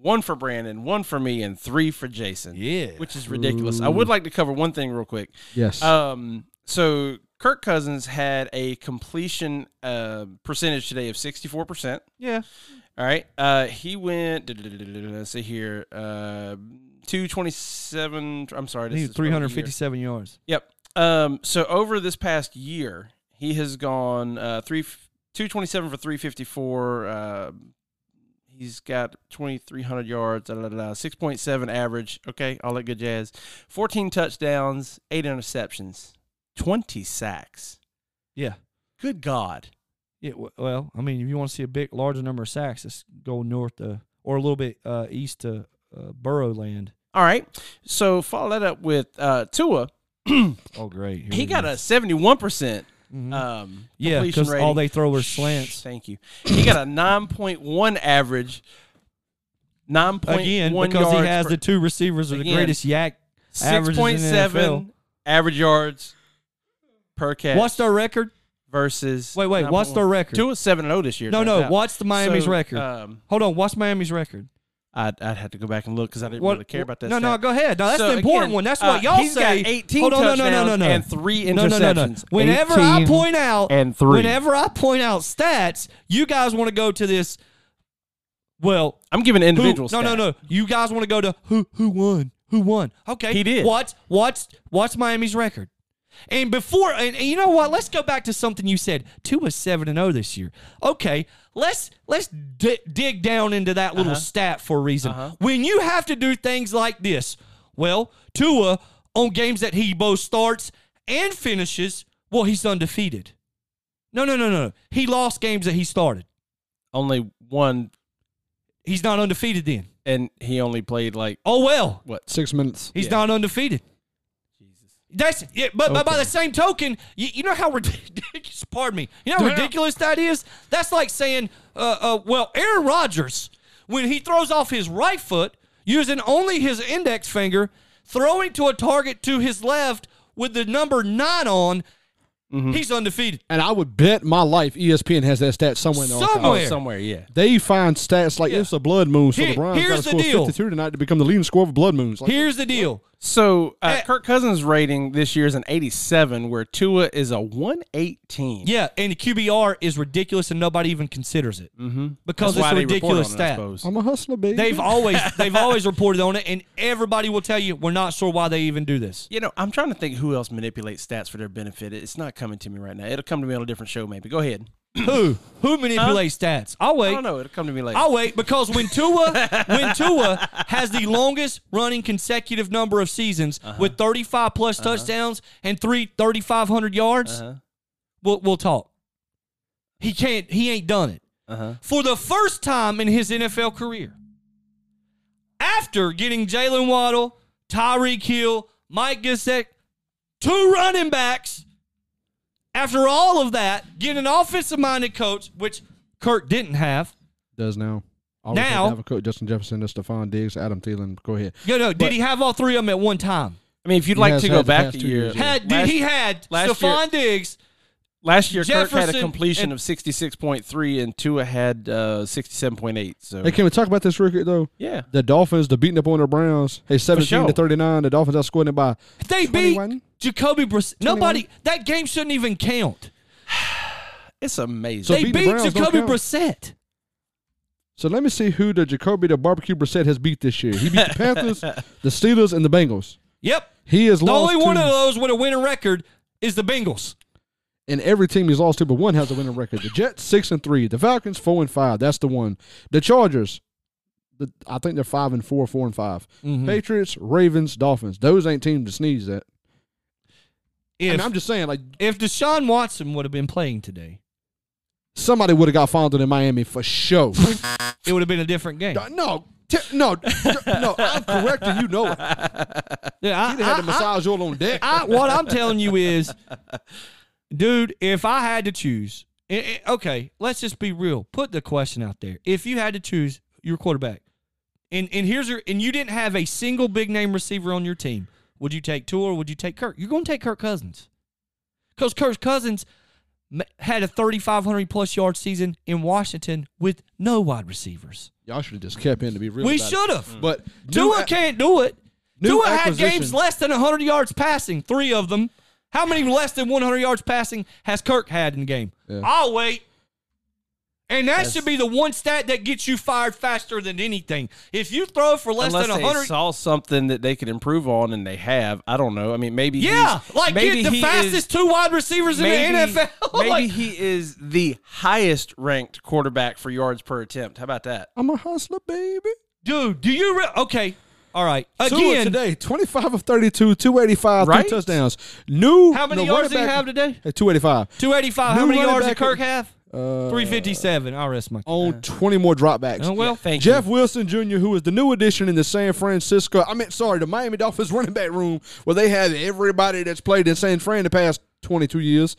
one for Brandon, one for me, and three for Jason.
Yeah.
which is ridiculous. I would like to cover one thing real quick.
Yes.
Uh,
Um, so Kirk Cousins had a completion uh, percentage today of sixty four percent.
yeah.
All right. Uh, he went. Let's see here. Uh, two twenty seven. I'm sorry. this
He
is from the year.
357 yards.
Yep. Um, so over this past year, he has gone uh, three two twenty seven for three fifty four. Uh, he's got twenty three hundred yards, da, da, da, da, six point seven average. Okay, all that good jazz. Fourteen touchdowns, eight interceptions, twenty sacks.
Yeah.
Good God.
Yeah. w- Well, I mean, if you want to see a big, larger number of sacks, just go north to, or a little bit uh, east to uh, Burrow Land.
All right. So follow that up with uh, Tua.
Oh, great. Here
He
we
got
go.
a seventy one percent.
Mhm.
Um,
Yeah,
completion
'cause all
rating.
they throw are
Shh,
slants.
Thank you. He got a 9.1 average. 9.1
again because he
yards
has
per-
the two receivers are the
Again,
greatest yak averages in the
6.7
NFL.
average yards per catch.
What's their record?
versus?
Wait, wait, what's
9.1.
their record?
Two is seven and zero this year.
No,
turns
no,
out.
what's the Miami's
So,
record?
Um,
Hold on, what's Miami's record?
I'd, I'd have to go back and look because I didn't really care about that.
No, no,
stat.
go ahead. No, that's
So,
the important
again,
one. That's
uh,
what y'all
he's got
say.
18
Hold on, no, no, no, no,
touchdowns
no.
and three
No, no, no, no.
interceptions.
Whenever I
18
point out
and three.
whenever I point out stats, you guys want to go to this. Well,
I'm giving
who,
individual.
no, no, no. You guys want to go to who? Who won? Who won? Okay,
He did.
What's what's what's Miami's record? And before, and, and you know what? Let's go back to something you said. Two was seven and zero this year. Okay, let's let's di- dig down into that little
Uh-huh.
stat for a reason. When you have to do things like this, well, Tua on games that he both starts and finishes, well, he's undefeated. No, no, no, no. He lost games that he started.
Only one,
He's not undefeated then.
and he only played like
Oh well.
what
Six minutes.
He's not undefeated. That's yeah, but, but by the same token, you, you know how ridiculous. Pardon me. You know how ridiculous that is. That's like saying, uh, uh, well, Aaron Rodgers, when he throws off his right foot using only his index finger, throwing to a target to his left with the number nine on,
Mm-hmm.
he's undefeated.
And I would bet my life E ESPN has that stat somewhere in their archive.
Somewhere.
Oh, somewhere, yeah.
They find stats like
Yeah.
it's a blood moon, so
Here-
the Browns got
here's
to
the
score
deal.
52 tonight to become the leading scorer of blood moons. Like,
Here's the deal.
So uh,
Eh.
Kirk Cousins' rating this year is an 87, where Tua is a 118.
Yeah, and the QBR is ridiculous, and nobody even considers it mm-hmm. because
That's why
it's a
they report
ridiculous
on it, I
stat.
suppose.
I'm a hustler, baby.
They've always they've always reported on it, and everybody will tell you we're not sure why they even do this.
You know, I'm trying to think who else manipulates stats for their benefit. It's not coming to me right now. It'll come to me on a different show, maybe. Go ahead.
Who who manipulates stats? I'll
I
wait.
don't know. It'll come to me later.
I'll wait because when Tua when Tua has the longest running consecutive number of seasons
Uh-huh.
with 35 plus touchdowns and three 3500 yards,
Uh-huh.
we'll we'll talk. He can't he ain't done it.
Uh-huh.
For the first time in his NFL career. After getting Jalen Waddle, Tyreek Hill, Mike Gesicki, two running backs. After all of that, get an offensive minded coach, which Kirk didn't have.
does now. All
Now-
they have a coach, Justin Jefferson, Stephon Diggs, Adam Thielen. Go ahead.
No, no. Did he have all three of them at one time?
I mean, if you'd
He
like
has
to
had
go
the
back
past
a
two
year,
years, yeah.
Had did he had
last
Stephon
year-
Diggs?
last year Kirk had a
Jefferson
completion
and-
of 66.3 and Tua had uh, 67.8. So
Hey, can we talk about this real quick though?
yeah,
The Dolphins, the beating up on the Browns. Hey, seventeen
sure.
to thirty-nine. The Dolphins outscored them by.
They
21?
beat Jacoby Brissett. Nobody. That game shouldn't even count.
it's amazing.
So
They
beating the
beat
Browns don't
Jacoby
count.
Brissett.
So let me see who the Jacoby the barbecue Brissett has beat this year. He beat the Panthers, the Steelers, and the Bengals.
Yep.
He has
The
lost
only one
to-
of those with a winning record is the Bengals.
and every team he's lost to, but one has a winning record. The Jets six and three, the Falcons four and five. That's the one. The Chargers, the, I think they're five and four, four and 5
Mm-hmm.
Patriots, Ravens, Dolphins. Those ain't teams to sneeze at.
If
and I'm just saying, like
if Deshaun Watson would have been playing today,
somebody would have got fondled in Miami for sure.
it would have been a different game.
no. T- no, t- no, I'm correct, and you know it. He'd
Yeah, I-
have had
I-
to massage all on deck.
I, what I'm telling you is, dude, if I had to choose, eh, eh, okay, let's just be real. Put the question out there. If you had to choose your quarterback, and and here's your, and you didn't have a single big name receiver on your team, would you take Tua or would you take Kirk? You're going to take Kirk Cousins, because Kirk Cousins m- had a 3,500 plus yard season in Washington with no wide receivers.
Y'all should have just kept in to be real.
we Mm.
about it.
should have.
But
Tua
new-
can't do it.
new
Tua had
acquisition-
games less than 100 yards passing, three of them. How many less than 100 yards passing has Kirk had in the game?
Yeah.
I'll wait. And that should be the one stat that gets you fired faster than anything. If you throw for less
Unless
than
they
100,
saw something that they could improve on, and they have. I don't know. I mean, maybe
yeah,
he's-
like
maybe
get the
he
fastest
is-
two wide receivers in
maybe,
the NFL.
maybe
like,
he is the highest ranked quarterback for yards per attempt. How about that?
I'm a hustler, baby.
dude, do you re- okay? All right,
Tua
again,
today, 25 of 32, 285,
Right?
three touchdowns. New.
how many
no, running
yards did he
back-
have today?
Hey, 285.
285. How
New
many
running
yards did
back-
Kirk have?
Uh,
357. I rest my.
On 20 more dropbacks.
Oh, well,
Thank
Jeff
you.
Wilson Jr., who is the new addition in the San Francisco, I mean, sorry, the Miami Dolphins running back room, where they have everybody that's played in San Fran the past 22 years.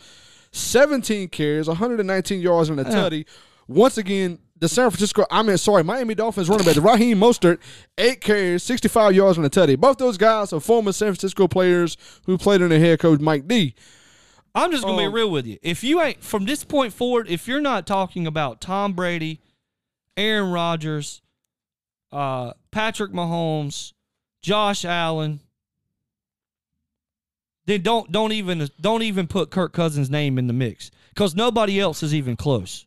17 carries, 119 yards and a tutty. Once again, the San Francisco, I mean, sorry, Miami Dolphins running back, Raheem Mostert, eight carries, 65 yards and a tutty. Both those guys are former San Francisco players who played under head coach Mike D.
I'm just gonna
Um,
be real with you. If you ain't from this point forward, if you're not talking about Tom Brady, Aaron Rodgers, uh, Patrick Mahomes, Josh Allen, then don't don't even don't even put Kirk Cousins' name in the mix because nobody else is even close.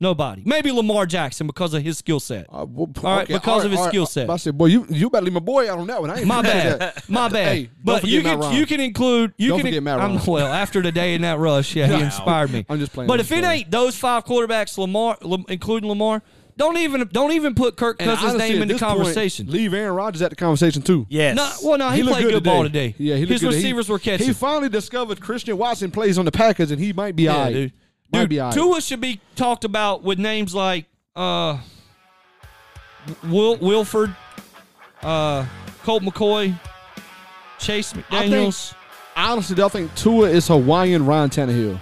Nobody. Maybe Lamar Jackson because of his skill set.
Uh, well,
All right, because of his
all
skill set.
I said, boy, you you better leave my boy out on that one. I ain't
My
gonna say
bad.
that.
My bad.
Hey, don't
but
forget
you
Matt
can
Ryan.
you can include you
Don't
can
forget Matt Ryan.
I'm, well after the day in that rush, yeah, he inspired me.
I'm just playing,
But
I'm
if
just
it
playing.
ain't those five quarterbacks, Lamar, Lam- including Lamar, don't even don't even put Kirk
And
Cousins'
honestly,
name
at
in the
this point,
conversation.
leave Aaron Rodgers at the conversation too.
Yes.
no, well, no, he,
looked
played good, ball today.
Yeah, he looked
his
good. He-
receivers were catching.
He finally discovered Christian Watson plays on the Packers, and he might be all
yeah,
right.
dude.
Might
Dude,
be all right.
Tua should be talked about with names like uh, Will Wilford, uh, Colt McCoy, Chase McDaniels.
Honestly, though, I think Tua is Hawaiian Ryan Tannehill.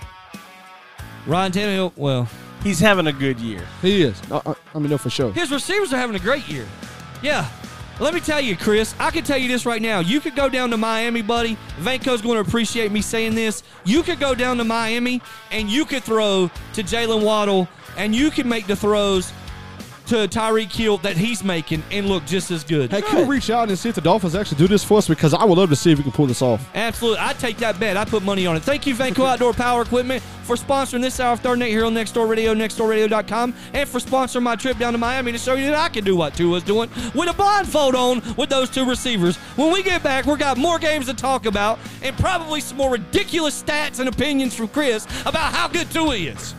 Ryan Tannehill, well,
He's having a good year.
He is. Uh, I, I, I mean, no, for sure.
His receivers are having a great year. Yeah. Let me tell you, Chris, I can tell you this right now. You could go down to Miami, buddy. Vanco's going to appreciate me saying this. You could go down to Miami and you could throw to Jalen Waddle and you could make the throws to Tyreek Hill that he's making and look just as good.
Hey, can we reach out and see if the Dolphins actually do this for us? Because I would love to see if we can pull this off.
Absolutely. I take that bet. I put money on it. Thank you, Vanco Outdoor Power Equipment, for sponsoring this hour of Third Night here on Next Door Radio, nextdoorradio.com, and for sponsoring my trip down to Miami to show you that I can do what Tua's doing with a blindfold on with those two receivers. When we get back, we've got more games to talk about and probably some more ridiculous stats and opinions from Chris about how good Tua is.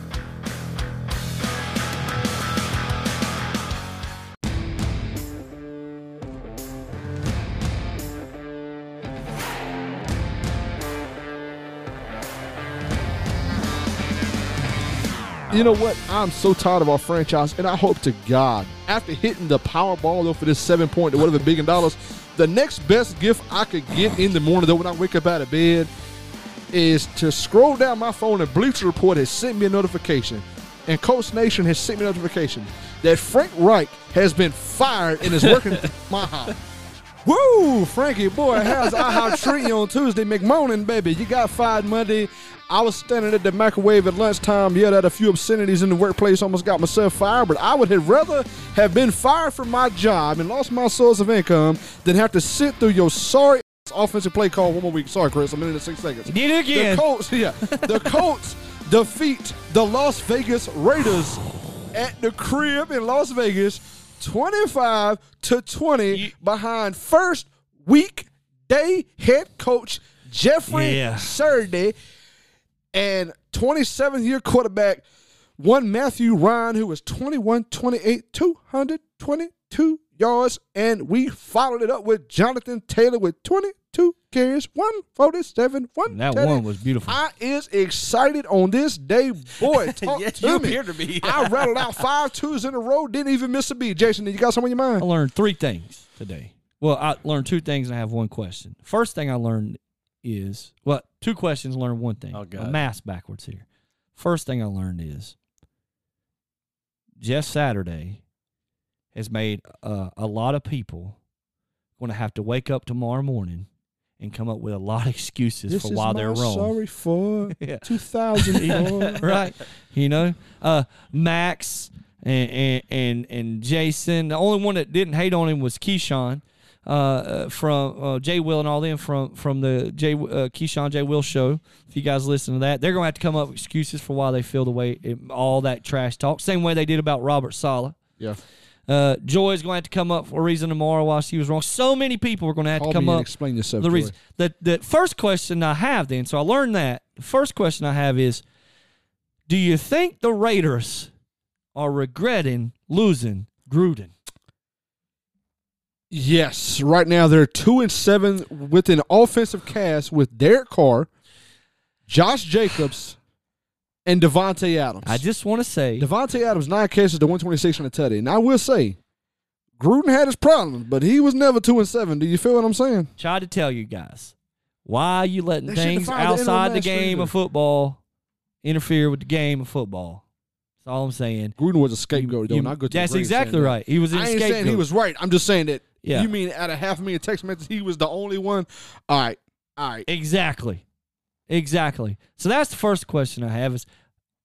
You know what? I'm so tired of our franchise, and I hope to God, after hitting the Powerball though for this seven point or whatever billion dollars, the next best gift I could get in the morning though when I wake up out of bed is to scroll down my phone and Bleacher Report has sent me a notification, and Coach Nation has sent me a notification that Frank Reich has been fired and is working for my house. Woo, Frankie, boy, how's IHOP treating you on Tuesday? McMoaning, baby, you got fired Monday. I was standing at the microwave at lunchtime, yelled at a few obscenities in the workplace, almost got myself fired, but I would have rather have been fired from my job and lost my source of income than have to sit through your sorry ass offensive play call one more week. Sorry, Chris, a minute and six seconds.
Did it again.
The Colts, yeah. The Colts defeat the Las Vegas Raiders at the crib in Las Vegas, 25 to 20 behind first week day head coach Jeffrey
Yeah.
Surdy and 27th year quarterback one Matthew Ryan who was 21 28 222 yards and we followed it up with Jonathan Taylor with 22 carries 147
That
110.
one was beautiful.
I is excited on this day, boy. Talk
Yeah,
to
you
me.
appear to be.
I rattled out five twos in a row, didn't even miss a beat. Jason, you got something on your
I
mind?
learned three things today. Well, I learned two things and I have one question. First thing I learned is well, two questions learned one thing.
Oh,
A
God.
mass backwards here. First thing I learned is Jeff Saturday has made uh, a lot of people going to have to wake up tomorrow morning and come up with a lot of excuses for why they're wrong.
Sorry for
Yeah.
2004.
right? You know, uh, Max and, and and and Jason. The only one that didn't hate on him was Keyshawn uh, uh, from uh, Jay Will and all them from from the Jay uh, Keyshawn Jay Will show. If you guys listen to that, they're gonna have to come up with excuses for why they feel the way it, all that trash talk. Same way they did about Robert Sala.
yeah.
Uh, Joy's going to have to come up for a reason tomorrow why she was wrong. So many people are going to have
Call
to come
me
up
and explain yourself.
the
Joy.
reason the the first question I have then, so I learned that the first question I have is, do you think the Raiders are regretting losing Gruden?
Yes. Right now they're two and seven with an offensive cast with Derek Carr, Josh Jacobs, and Devontae Adams.
I just want to say,
Devontae Adams nine catches to one twenty six on a tutty. And I will say, Gruden had his problems, but he was never two and seven. Do you feel what I'm saying?
try to tell you guys why are you letting
They shouldn't
things
have fired the interim
outside the
master
game
either.
of football interfere with the game of football. That's all I'm saying.
Gruden was a scapegoat, though.
You-
and I'll go to the
that's
grave
exactly
saying that.
right. He was an
I ain't saying he
scapegoat.
was right. I'm just saying that.
Yeah.
You mean out of half a million text messages, he was the only one? All right. All right.
Exactly. Exactly. So that's the first question I have is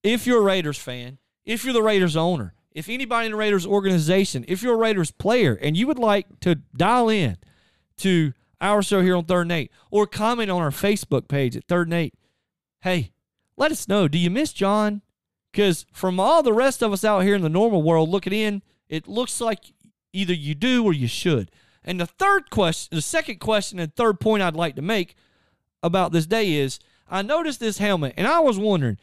if you're a Raiders fan, if you're the Raiders owner, if anybody in the Raiders organization, if you're a Raiders player and you would like to dial in to our show here on Third and Eight or comment on our Facebook page at Third and Eight, hey, let us know. Do you miss John? Because from all the rest of us out here in the normal world looking in, it looks like either you do or you should. And the third question, the second question and third point I'd like to make about this day is I noticed this helmet and I was wondering,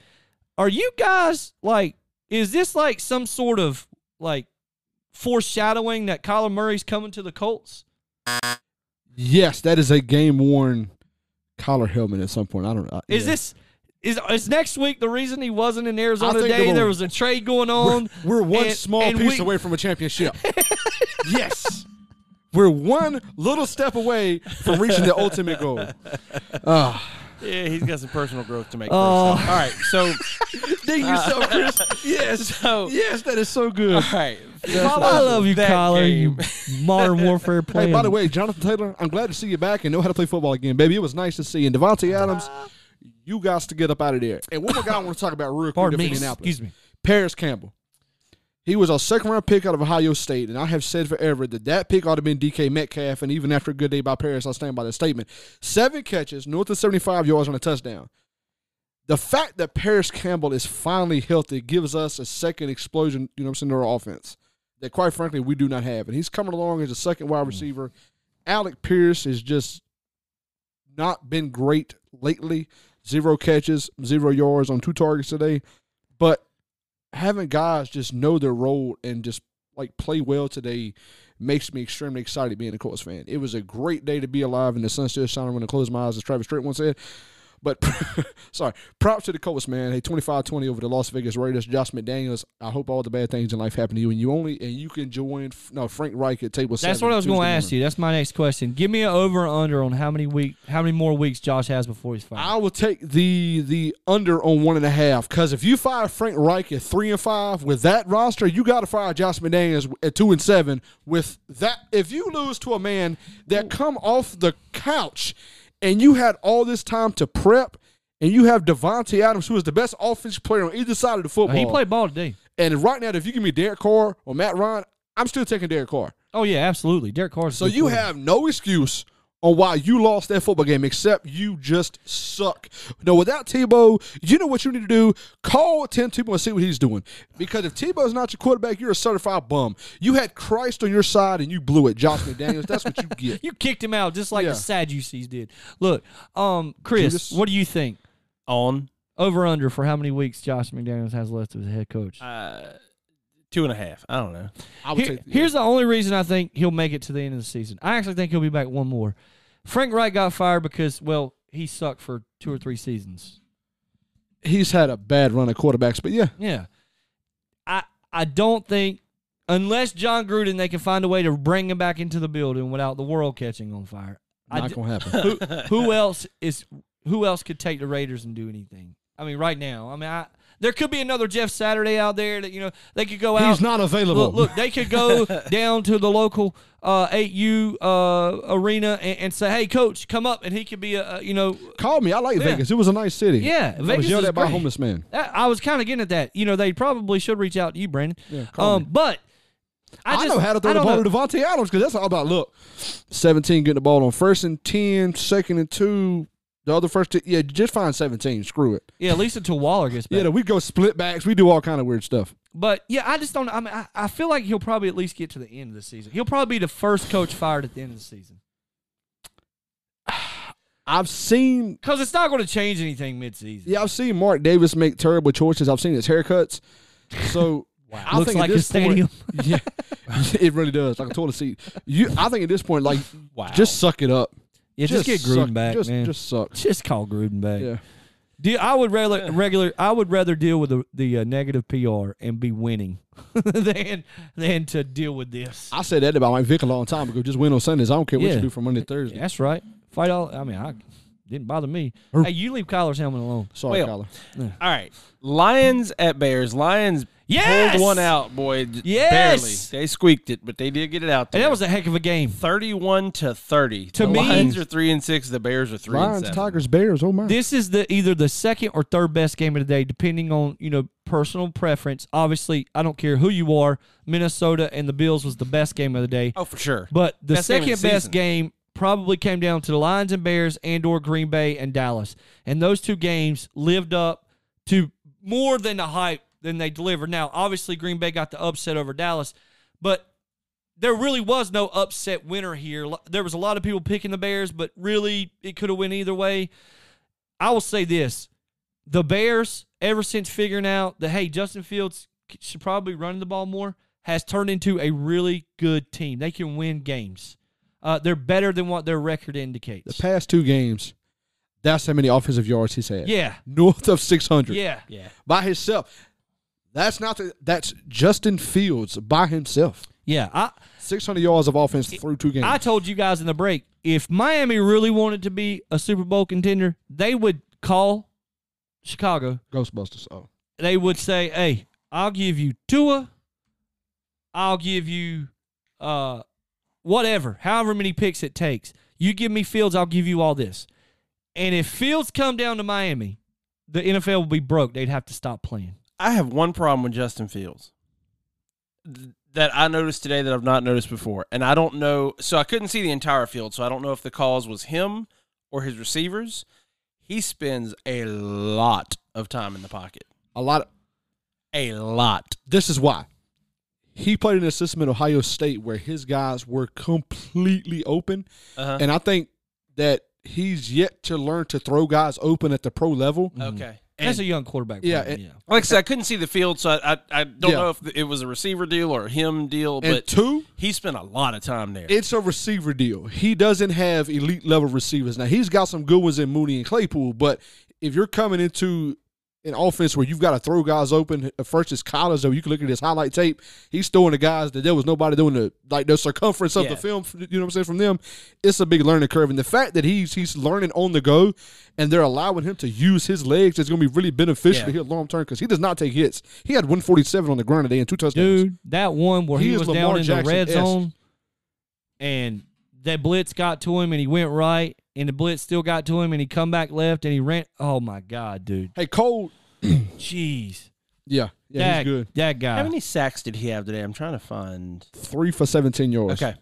are you guys like, is this like some sort of like foreshadowing that Kyler Murray's coming to the Colts?
Yes, that is a game worn collar helmet at some point. I don't know.
Is
yeah.
this is is next week the reason he wasn't in Arizona
I think
today?
the-
There was a trade going on.
We're one
and-
small
and
piece
we-
away from a championship. yes. We're one little step away from reaching the ultimate goal.
Yeah, he's got some personal growth to make.
Oh.
for himself. all right, so
Ding yourself, Chris. Yes.
so
Yes, that is so good.
all right.
I love you,
That
Kyler.
game.
You modern warfare player.
Hey, by the way, Jonathan Taylor, I'm glad to see you back and know how to play football again, baby. It was nice to see you. And Devontae Adams, you got to get up out of there. And one more guy I want to talk about real quick
Pardon
from
me.
Indianapolis.
Excuse me.
Paris Campbell. He was a second round pick out of Ohio State, and I have said forever that that pick ought to have been DK Metcalf. And even after a good day by Paris, I stand by that statement. Seven catches, north of 75 yards on a touchdown. The fact that Paris Campbell is finally healthy gives us a second explosion, you know what I'm saying, to our offense that quite frankly we do not have. And he's coming along as a second wide receiver. Alec Pierce has just not been great lately. Zero catches, zero yards on two targets today. But having guys just know their role and just like play well today makes me extremely excited being a Colts fan. It was a great day to be alive and the sun still shining when I close my eyes, as Travis Tritt once said. But sorry, props to the Colts, man. Hey, 25-20 over the Las Vegas Raiders. Josh McDaniels, I hope all the bad things in life happen to you, and you only and you can join no Frank Reich at table.
That's what I was going to ask you. That's my next question. Give me an over and under on how many week, how many more weeks Josh has before he's fired.
I will take the the under on one and a half because if you fire Frank Reich at three and five with that roster, you got to fire Josh McDaniels at two and seven with that. If you lose to a man that come off the couch and you had all this time to prep, and you have Devontae Adams, who is the best offensive player on either side of the football,
he played ball today.
and right now, if you give me Derek Carr or Matt Ryan, I'm still taking Derek Carr.
Oh yeah, absolutely. Derek Carr's.
So you have no excuse on why you lost that football game except you just suck. No, without Tebow, you know what you need to do. Call Tim Tebow and see what he's doing. Because if Tebow's not your quarterback, you're a certified bum. You had Christ on your side and you blew it, Josh McDaniels. That's what you get.
you kicked him out just like
Yeah.
the Sadducees did. Look, um, Chris,
Judas.
what do you think?
On
Over under for how many weeks Josh McDaniels has left as a head coach?
Uh, two and a half. I don't know.
I would
Here-
take
here's the only reason I think he'll make it to the end of the season. I actually think he'll be back one more. Frank Wright got fired because, well, he sucked for two or three seasons.
he's had a bad run of quarterbacks, but yeah.
Yeah. I I don't think unless John Gruden they can find a way to bring him back into the building without the world catching on fire. I
Not
d-
gonna happen.
who, who else is who else could take the Raiders and do anything? I mean, right now. I mean, I, there could be another Jeff Saturday out there that you know they could go out.
He's not available.
Look, look, they could go down to the local uh, 8U uh, arena and, and say, "Hey, coach, come up," and he could be a, a you know.
Call me. I like Vegas. It was a nice city.
Yeah,
I was
Vegas
yelled
is
at by a
great.
homeless man.
That- I was kind of getting at that. You know, they probably should reach out to you, Brandon.
Yeah, call
um,
me.
but I,
I,
just,
know how to throw
I
the
don't
ball
know.
to Devontae Adams because that's all about look. Seventeen getting the ball on first and ten, second and two. The other first, two, yeah, just find seventeen. Screw it.
Yeah, at least until Waller gets back.
Yeah, we go split backs. We do all kind of weird stuff.
But yeah, I just don't. I mean, I, I feel like he'll probably at least get to the end of the season. He'll probably be the first coach fired at the end of the season
I've seen,
because it's not going to change anything midseason.
yeah, I've seen Mark Davis make terrible choices. I've seen his haircuts. So I
Looks
think at
like
this
a stadium.
Point, yeah, it really does. Like a toilet seat. You, I think at this point, like,
Wow.
just suck it up.
Yeah, just, get Gruden
suck-
back,
just,
man. Just,
Just suck.
call Gruden back.
Yeah.
Do, I would regular, regular. I would rather deal with the, the uh, negative PR and be winning than than to deal with this.
I said that about Mike Vick a long time ago. Just win on Sundays. I don't care what
Yeah.
you do from Monday to Thursday.
That's right. Fight all. I mean, I didn't bother me.
Er-
Hey, you leave Kyler's helmet alone.
Sorry,
Well,
Kyler.
All right. Lions at Bears. Lions
Yes!
pulled one out, boy. j-
Yes!
Barely. They squeaked it, but they did get it out there.
And that was a heck of a game.
31 to 30.
To
the
me-
Lions are 3 and 6, the Bears are 3 and
Lions,
7.
Tigers, Bears. Oh my!
This is the either the second or third best game of the day, depending on you know personal preference. Obviously, I don't care who you are. Minnesota and the Bills was the best game of the day.
Oh, for sure.
But the
Best game of
second
the
best
season.
game probably came down to the Lions and Bears and or Green Bay and Dallas. And those two games lived up to more than the hype than they delivered. Now, obviously Green Bay got the upset over Dallas, but there really was no upset winner here. Lo- There was a lot of people picking the Bears, but really it could have went either way. I will say this. The Bears, ever since figuring out that hey, Justin Fields should probably run the ball more, has turned into a really good team. They can win games. Uh, they're better than what their record
the
indicates.
past two games, that's how many offensive yards he's had.
yeah,
north of six hundred.
yeah,
Yeah.
by himself. That's not the, that's Justin Fields by himself.
yeah. I
Six hundred yards of offense through two games.
I told you guys in the break if Miami really wanted to be a Super Bowl contender, they would call Chicago
Ghostbusters. Oh,
they would say, "Hey, I'll give you Tua, I'll give you uh, whatever, however many picks it takes. You give me Fields, I'll give you all this." And if Fields come down to Miami, the NFL will be broke. They'd have to stop playing.
I have one problem with Justin Fields. th- that I noticed today that I've not noticed before. And I don't know. So I couldn't see the entire field. So I don't know if the cause was him or his receivers. He spends a lot of time in the pocket.
A lot. Of,
A lot.
this is why he played in a system at Ohio State where his guys were completely open,
Uh-huh.
and I think that he's yet to learn to throw guys open at the pro level.
Uh,
Okay.
That's a young quarterback.
Yeah,
problem,
and-
yeah.
Like I said, I couldn't see the field, so I I, I don't
Yeah.
know if it was a receiver deal or a him deal,
And
but
two,
he spent a lot of time there.
it's a receiver deal. He doesn't have elite level receivers. Now he's got some good ones in Mooney and Claypool, but if you're coming into an offense where you've got to throw guys open, at first is Collins though. You can look at his highlight tape. He's throwing the guys that there was nobody doing the like the circumference of
Yeah.
the film. You know what I'm saying? From them, it's a big learning curve, and the fact that he's he's learning on the go, and they're allowing him to use his legs is going to be really beneficial
Yeah.
to his long term because he does not take hits. He had 147 on the ground today and two touchdowns.
Dude, that one where he,
He is
was
Lamar
down in the red
Jackson-esque.
zone and that blitz got to him and he went right and the blitz still got to him and he come back left and he ran. Oh my God, dude.
Hey Cole,
Jeez.
yeah, yeah,
that,
he's good.
That guy.
How many sacks did he have today? I'm trying to find.
Three for 17 yards.
Okay.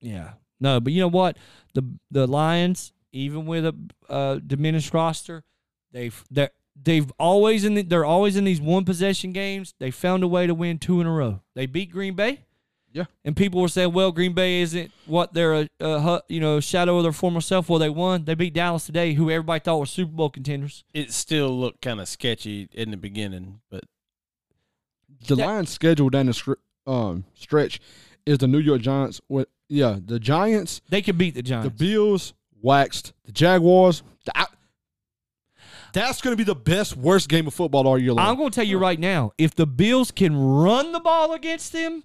Yeah. No, but you know what? The the Lions, even with a uh, diminished roster, they've they they've always in the, they're always in these one possession games. They found a way to win two in a row. They beat Green Bay.
Yeah.
And people were saying, "Well, Green Bay isn't what they're a, a hu- you know shadow of their former self." Well, they won. They beat Dallas today, who everybody thought were Super Bowl contenders.
It still looked kind of sketchy in the beginning, but
The
That-
Lions' schedule down the scr- um, stretch is the New York Giants. With, yeah, the Giants,
They could beat the Giants.
the Bills waxed, the Jaguars. The, I, that's going to be the best, worst game of football all year long.
I'm going to tell you right now, if the Bills can run the ball against them,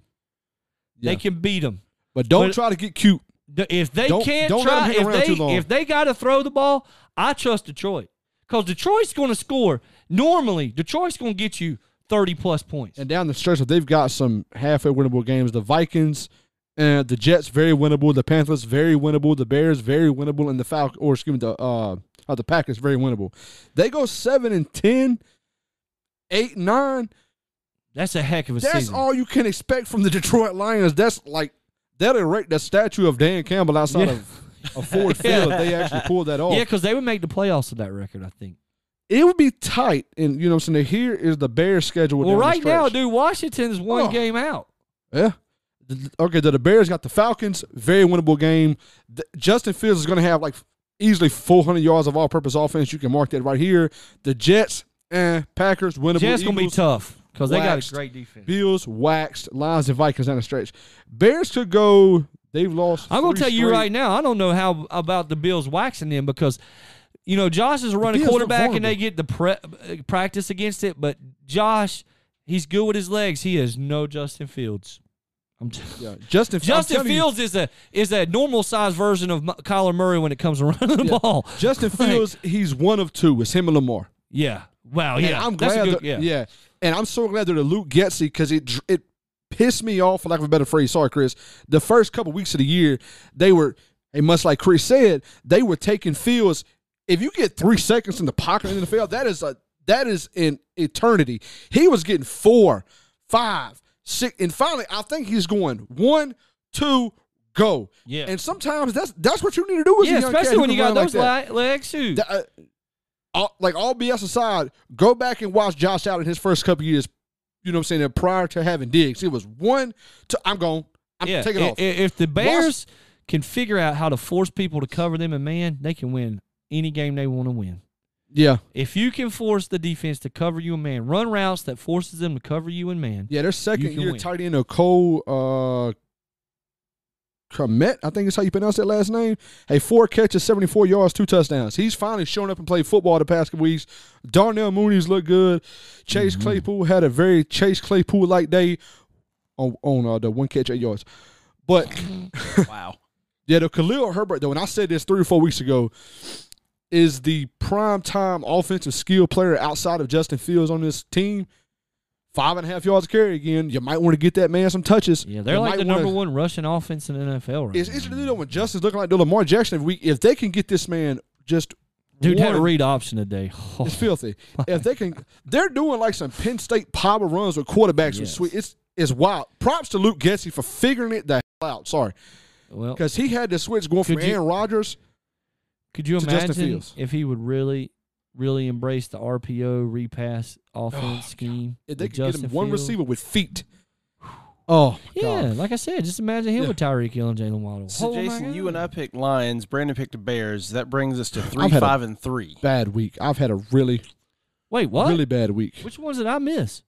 Yeah.
they can beat them.
but don't
but-
try to get cute.
The- if they
Don't-
can't
don't let
try,
them hang
if
around
they
too long.
if they got to throw the ball, I trust Detroit because Detroit's going to score. Normally, Detroit's going to get you thirty plus points.
And down the stretch, they've got some halfway winnable games. The Vikings, uh, the Jets, very winnable. The Panthers, very winnable. The Bears, very winnable. And the Falcons, or excuse me, the uh, uh, the Packers, very winnable. They go seven and ten, eight nine.
That's a heck of a
That's
season.
all you can expect from the Detroit Lions. That's like they'll erect the statue of Dan Campbell outside
Yeah.
of a Ford Field. if They actually pulled that off.
yeah, because they would make the playoffs with that record, I think.
It would be tight, and you know what I'm saying. Here is the Bears' schedule.
Well,
down the
right now,
stretch.
dude, Washington's one
Oh.
game out.
Yeah. The- the- Okay, the, the Bears got the Falcons, very winnable game. The- Justin Fields is going to have like easily 400 yards of all-purpose offense. You can mark that right here. The Jets, eh, Packers, winnable.
Jets gonna be
Eagles,
tough because they got
waxed.
a great defense.
Bills waxed, Lions and Vikings down the stretch. Bears could go. They've lost.
I'm gonna
three
tell you
straight.
right now, I don't know how about the Bills waxing them because, you know, Josh is a running
Bills look
quarterback and they
vulnerable.
get the pre- uh, practice against it, but Josh, he's good with his legs. He is no Justin Fields. I'm t-
Yeah, Justin. I'm
Justin
telling you,
Fields is a is a normal sized version of M- Kyler Murray when it comes to running the ball.
Justin
Like,
Fields. He's one of two. It's him and Lamar.
yeah. Wow.
And
Yeah.
I'm
That's a
glad.
good-
that, yeah. and I'm so glad that Luke Getzey because it dr- it pissed me off for lack of a better phrase. Sorry, Chris. The first couple weeks of the year, they were, and much like Chris said, they were taking fields. If you get three seconds in the pocket in the field, that is a that is an eternity. He was getting four, five, six, and finally, I think he's going one, two, go.
Yeah.
And sometimes that's that's what you need to do. As
Yeah,
a young
especially
kid
when
who
you
can
got
run like
those
that.
li- legs too.
Th- uh, all, like all BS aside, go back and watch Josh Allen his first couple years. You know what I'm saying? And prior to having Diggs, it was one to I'm gone. I'm
yeah,
taking
i-
off.
i- If the Bears can figure out how to force people to cover them, and man, they can win any game they want to win.
yeah,
If you can force the defense to cover you in man, run routes that forces them to cover you in man.
yeah. Their second
can
year
win.
tight end, Cole uh, Komet, I think is how you pronounce that last name. Hey, four catches, 74 yards, two touchdowns. He's finally shown up and played football the past couple weeks. Darnell Mooney's looked good. Chase Claypool had a very Chase Claypool like day on on uh, the one catch eight yards, but.
wow.
Yeah, the Khalil Herbert though, and I said this three or four weeks ago, is the prime time offensive skill player outside of Justin Fields on this team. Five and a half yards a carry again. You might want to get that man some touches.
Yeah, they're
You
like
might
the
wanna-
number one rushing offense in the NFL right
It's
now.
interesting to know when Justin's looking like the Lamar Jackson every week. If they can get this man just
Dude, that
one-
read option today. Oh,
it's filthy. If they can, they're doing like some Penn State power runs with quarterbacks. with
Yes.
Sweet, it's is wild. Props to Luke Getzey for figuring it the hell out. Sorry,
Well,
because he had the switch going from
Could you-
Aaron Rodgers.
could you
to Justin
imagine
Fields.
if he would really, really embrace the RPO repass offense scheme?
Oh, If they
with
could get him
Justin
one
Fields?
receiver with feet. Oh my
Yeah,
god!
like I said, just imagine him
Yeah.
with Tyreek Hill and Jalen Waddle.
So
Oh my
Jason, you
God.
and I picked Lions. Brandon picked the Bears. That brings us to three,
I've had a-
five, and three.
Bad week. I've had a really,
Wait, what?
really bad week.
Which ones did I miss?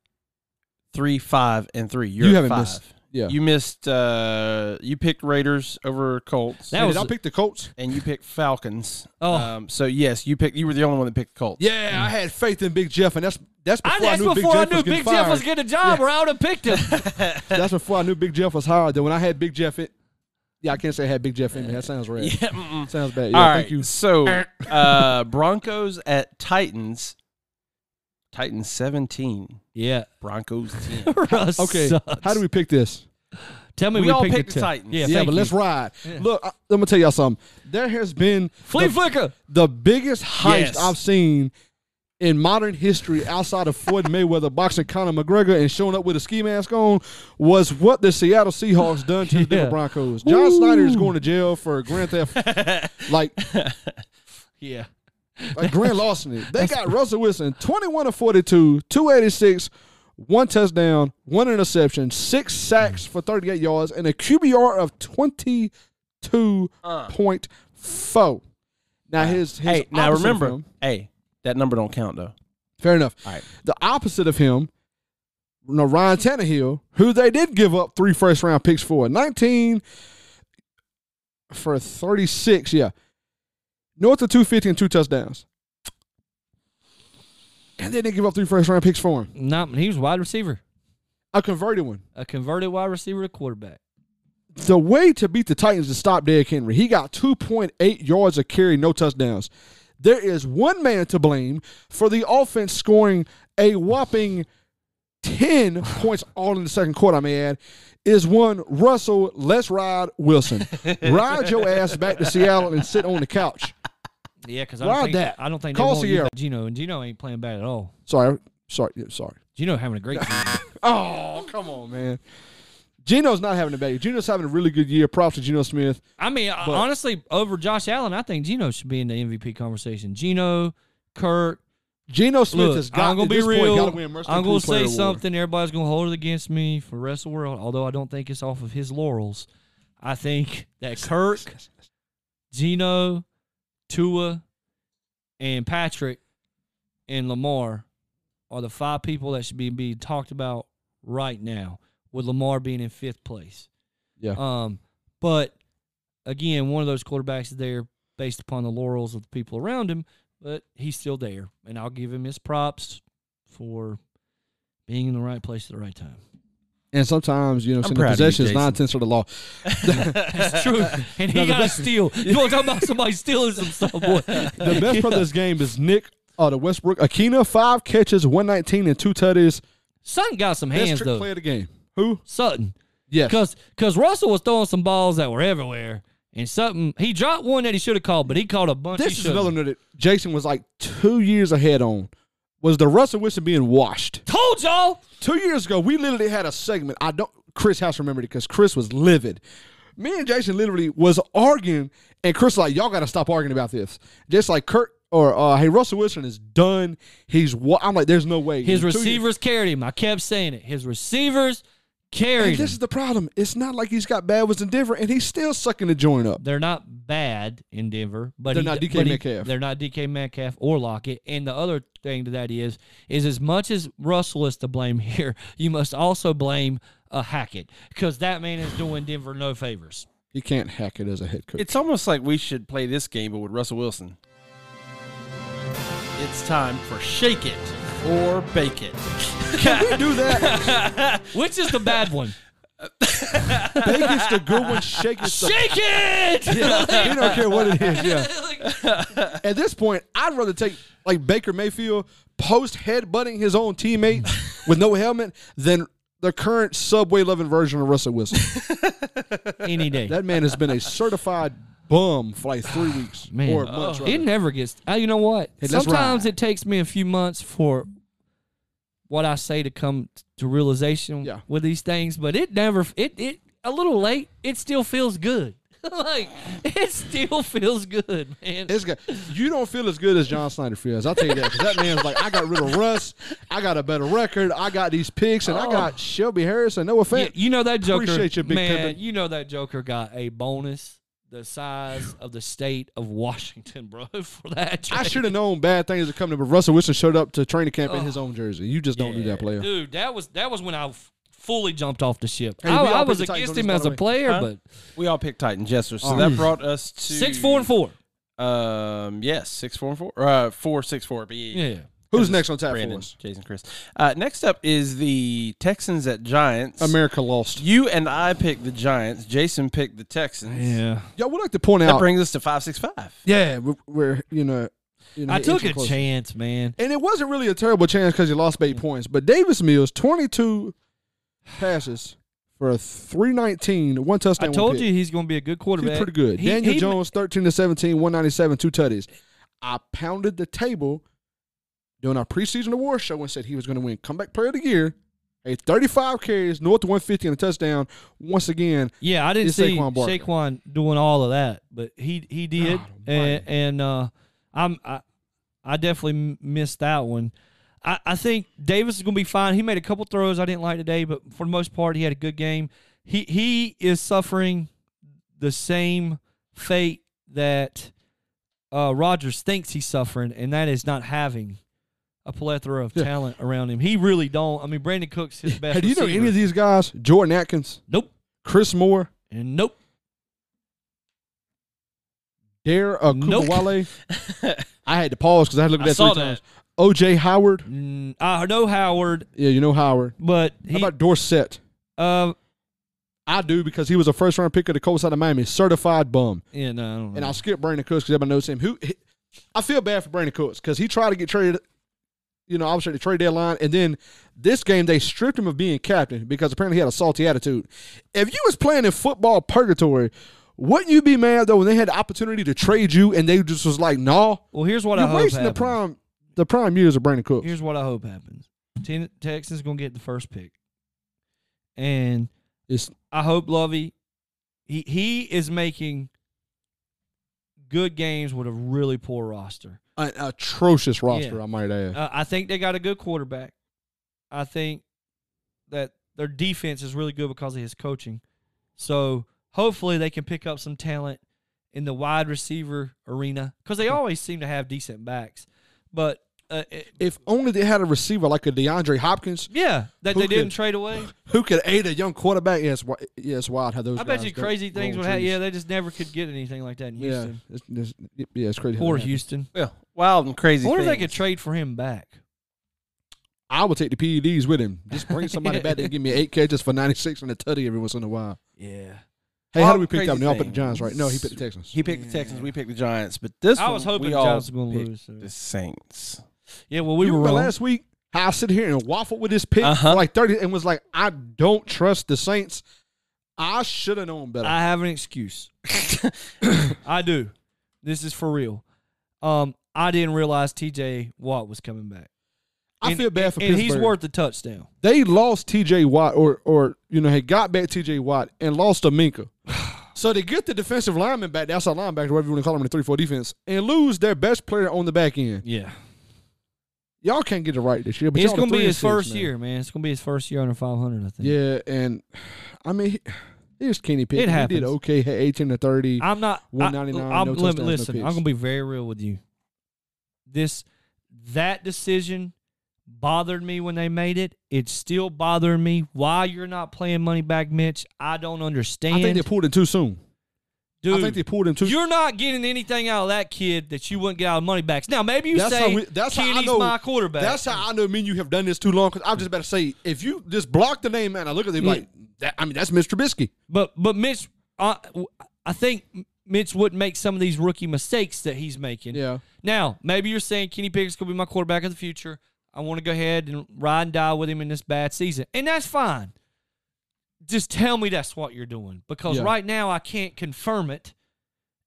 Three, five, and three. You're
You
at
haven't
five.
missed- yeah.
You missed. Uh, you picked Raiders over Colts,
That
Hey,
was
did I pick the Colts?
and you picked Falcons.
Oh.
Um, so yes, you picked. You were the only one that picked the Colts.
Yeah, I had faith in Big Jeff, and that's that's before
I,
I,
that's
knew
before I
Big Jeff
knew
was getting
Big Jeff was
fired.
getting a job, or I would have picked him.
That's before I knew Big Jeff was hired. Then when I had Big Jeff, it yeah, I can't say I had Big Jeff in me. That sounds rad. sounds bad. Yeah,
All right.
thank you.
So uh, Broncos at Titans. Titans seventeen.
yeah,
Broncos ten.
Russ
Okay,
sucks.
how do we pick this?
Tell me
We
we,
all
picked,
picked the
Ti-
Titans.
Yeah,
Yeah,
thank
but let's
you.
ride. Look, I, let me tell y'all something. There has been
flea
the,
flicker.
the biggest heist
Yes.
I've seen in modern history outside of Floyd Mayweather boxing Conor McGregor and showing up with a ski mask on was what the Seattle Seahawks done to the Denver
Yeah.
Broncos. John Snyder is going to jail for grand theft, like
Yeah,
like Grant Lawson. is. They got Russell Wilson, 21 of 42, 286, one touchdown, one interception, six sacks for 38 yards, and a QBR of 22.4. Now, his, his
Uh. Hey, now
opposite of
remember,
him-
hey, that number don't count though.
fair enough.
All right.
The opposite of him, no, Ryan Tannehill, who they did give up three first round picks for 19 for 36, yeah. North of 250 and two touchdowns. And they didn't give up three first round picks for him.
not he was wide receiver,
A converted one.
a converted wide receiver to quarterback.
The way to beat the Titans is to stop Derrick Henry. He got 2.8 yards of carry, no touchdowns. There is one man to blame for the offense scoring a whopping 10 points all in the second quarter, I may add, is one Russell, let's ride Wilson. ride your ass back to Seattle and sit on the couch.
Yeah, because I
Why
don't think
that?
I don't think
Call
they want you
Sierra.
back, Gino, and Gino ain't playing bad at all.
Sorry, sorry, yeah, sorry.
Gino having a great season.
Oh, come on, man. Gino's not having a bad year. Gino's having a really good year. Props to Gino Smith.
I mean, uh, honestly, over Josh Allen, I think Gino should be in the MVP conversation. Gino, Kirk,
Gino Smith
Look,
has got
I'm gonna
at
be
this point,
real.
gotta win Mercer
I'm gonna
Improved Player
say
Award.
something. Everybody's gonna hold it against me for the rest of the world. Although I don't think it's off of his laurels. I think that Kirk, Gino, Tua, and Patrick, and Lamar are the five people that should be being talked about right now. With Lamar being in fifth place.
Yeah.
Um, but again, one of those quarterbacks is there based upon the laurels of the people around him, but he's still there. And I'll give him his props for being in the right place at the right time.
And sometimes, you know,
I'm
in
proud
the
of you,
possession is
Jason.
nine tenths of the law.
That's true. And he
No, the
got to
best-
steal. You want to talk about somebody stealing some stuff, boy?
The best part of this game is Nick uh, the Westbrook Akina, five catches, one nineteen and two tutties.
Sutton got some
Best
hands,
trick
though.
play of the game. Who?
Sutton.
Yes.
Because cause Russell was throwing some balls that were everywhere. And Sutton, he dropped one that he should have called, but he caught a bunch. he
This is
shouldn't.
another note that Jason was like two years ahead on. Was the Russell Wilson being washed?
Told y'all.
Two years ago, we literally had a segment. I don't. Chris House remembered it because Chris was livid. Me and Jason literally was arguing, and Chris like, y'all got to stop arguing about this. Just like Kurt or uh, hey, Russell Wilson is done. He's. Wa-. I'm like, there's no way.
His
In two years-
receivers carried him. I kept saying it. His receivers
And
carried him.
this is the problem. It's not like he's got bad was indifferent, and he's still sucking the joint up.
They're not bad in Denver, but
They're
he-
not DK
but he-
Metcalf.
They're not DK Metcalf or Lockett. And the other thing to that is, is as much as Russell is to blame here, you must also blame uh, Hackett because that man is doing Denver no favors.
He can't hack it as a head coach.
It's almost like we should play this game, but with Russell Wilson. It's time for shake it or bake it.
Can we do that?
Which is the bad one?
Bake it's the good one, shake it's the.
Shake it!
Yeah, he don't care what it is. Yeah.
Like,
At this point, I'd rather take like Baker Mayfield post headbutting his own teammate with no helmet than the current subway loving version of Russell Wilson.
Any day.
That man has been a certified bum for like three weeks
Man, Oh.
or months. rather.
it never gets. Uh, you know what?
Hey, let's
Sometimes
ride.
it takes me a few months for what I say to come to realization
Yeah.
with these things, but it never it it a little late. It still feels good. like it still feels good, man.
This guy, you don't feel as good as John Snyder feels. I'll tell you that. 'cause that man's like, I got rid of Russ. I got a better record. I got these picks, and I got Shelby Harrison. No
you,
offense.
you know that Joker,
Appreciate you, Big
man.
Pimpin'.
You know that Joker got a bonus the size of the state of Washington, bro, for that.
I
trade.
should have known bad things were coming, but Russell Wilson showed up to training camp in his own jersey. You just don't do that, player.
Oh. Dude, that was that was when I f- fully jumped off the ship.
Hey,
I,
we all
I
picked
was
the Titans
against
on
him
this, by
as a
the way.
player,
Huh?
but
We all picked Titan Jester, so
Oh.
that brought us to
six, four, and four.
Um, yes, six four and four. Uh, four six four. Be
Yeah.
Who's next on tap for
Brandon,
us?
Jason, Chris. Uh, next up is the Texans at Giants.
America lost.
You and I picked the Giants. Jason picked the Texans.
Yeah.
Yo, we'd like to point
That
out.
brings us to five six five.
yeah, we're, we're you know, you know,
I
hitting
took a
close.
chance, Mm. man.
and it wasn't really a terrible chance because he lost by eight points. But Davis Mills, twenty-two passes for a three nineteen, one
I
touchdown. one
told
pick.
you he's going to be a good quarterback.
He's pretty good.
He-
Daniel
he-
Jones, 13 to 17, 197, two tutties. I pounded the table during our preseason award show and said he was going to win comeback player of the year. A 35 carries, north of 150 and a touchdown. Once again,
Yeah, I didn't
It's
see
Saquon
Saquon,
Barkley.
doing all of that, but he he did,
God
and, and uh, I'm I, I definitely m- missed that one. I, I think Davis is going to be fine. He made a couple throws I didn't like today, but for the most part, he had a good game. He he is suffering the same fate that uh, Rogers thinks he's suffering, and that is not having a plethora of
Yeah.
talent around him. He really don't. I mean, Brandon Cook's his best.
hey, do you know
receiver.
any of these guys? Jordan Atkins,
Nope,
Chris Moore,
and nope.
Dare Akubuwale. I had to pause because I had to look at
I
that
saw
three
that.
times. O.J. Howard.
Mm, I know Howard,
Yeah, you know Howard.
but he,
How about Dorsett?
uh,
I do because he was a first round pick of the Colts out of Miami, certified bum.
yeah, no, I don't know.
and I'll skip Brandon Cooks because everybody knows him. Who he- I feel bad for Brandon Cooks because he tried to get traded, you know, obviously the trade deadline, and then this game they stripped him of being captain because apparently he had a salty attitude. If you was playing in football purgatory, wouldn't you be mad though when they had the opportunity to trade you and they just was like, "Nah,
well, here's what I
you're
hope
wasting the
happens.
prime, the prime years of Brandon Cooks."
Here's what I hope happens. Ten, Texans gonna get the first pick, and
It's
I hope Lovey, he he is making good games with a really poor roster.
an atrocious roster,
Yeah.
I might add.
Uh, I think they got a good quarterback. I think that their defense is really good because of his coaching. So hopefully they can pick up some talent in the wide receiver arena because they always seem to have decent backs. But uh, it-
if only they had a receiver like a DeAndre Hopkins
yeah, that
Who
they didn't
could-
trade away.
who could aid a young quarterback. Yes, wi- yes, wild how those.
I bet
guys
you
go-
crazy
go
things
on
would happen.
trees.
Yeah, they just never could get anything like that in Houston.
Yeah, it's, it's, it- yeah, it's crazy. how
Poor
that happened.
Houston.
Yeah, wild and
I
crazy.
wonder if they
things.
could trade for him back.
I would take the PEDs with him. Just bring somebody back and give me eight catches for 96 and a tutty every once in a while.
Yeah.
Hey, how
All
do we pick
crazy
up? Y'all pick the
things.
Giants, right? No, he picked the Texans.
He picked the Texans. We picked the Giants. But this
I was
one,
hoping
we
the
all
Giants were gonna
picked
lose, so.
The Saints.
Yeah, well, we
you
were
remember
wrong.
last week? How I sit here and waffled with this pick
Uh-huh.
for like 30 and was like, I don't trust the Saints. I should have known better.
I have an excuse. I do. This is for real. Um, I didn't realize TJ Watt was coming back.
I
And-
feel bad for
and
Pittsburgh.
he's worth a touchdown.
they lost TJ Watt or or you know, had got back TJ Watt and lost Aminka. So they get the defensive lineman back, that's outside linebacker, whatever you want to call him in the three four defense, and lose their best player on the back end.
Yeah.
Y'all can't get it right this year. But
it's
y'all are
going to
three
be
and
his
six,
first
man.
year, man. It's going to be his first year under 500, I think.
Yeah, and I mean, he- here's Kenny Pickett. He
happens.
did okay. Had 18 to 30.
I'm not. I,
199,
I'm,
no
let me-
touchdowns, no
listen,
picks.
I'm going to be very real with you. This, that decision bothered me when they made it. It's still bothering me. Why you're not playing money back, Mitch? I don't understand.
I think they pulled him too soon.
Dude,
I think they pulled him too.
You're not getting anything out of that kid that you wouldn't get out of money backs. Now, maybe you say, Kenny's my quarterback.
That's how I know me and you have done this too long. Because I was just about to say, if you just block the name, man, I look at them
Yeah.
like, that, I mean, that's Mr. Trubisky.
but, but Mitch, I, I think Mitch wouldn't make some of these rookie mistakes that he's making.
Yeah.
Now, maybe you're saying Kenny Pickett's going to be my quarterback of the future. I want to go ahead and ride and die with him in this bad season. And that's fine. Just tell me that's what you're doing because
Yeah.
right now I can't confirm it.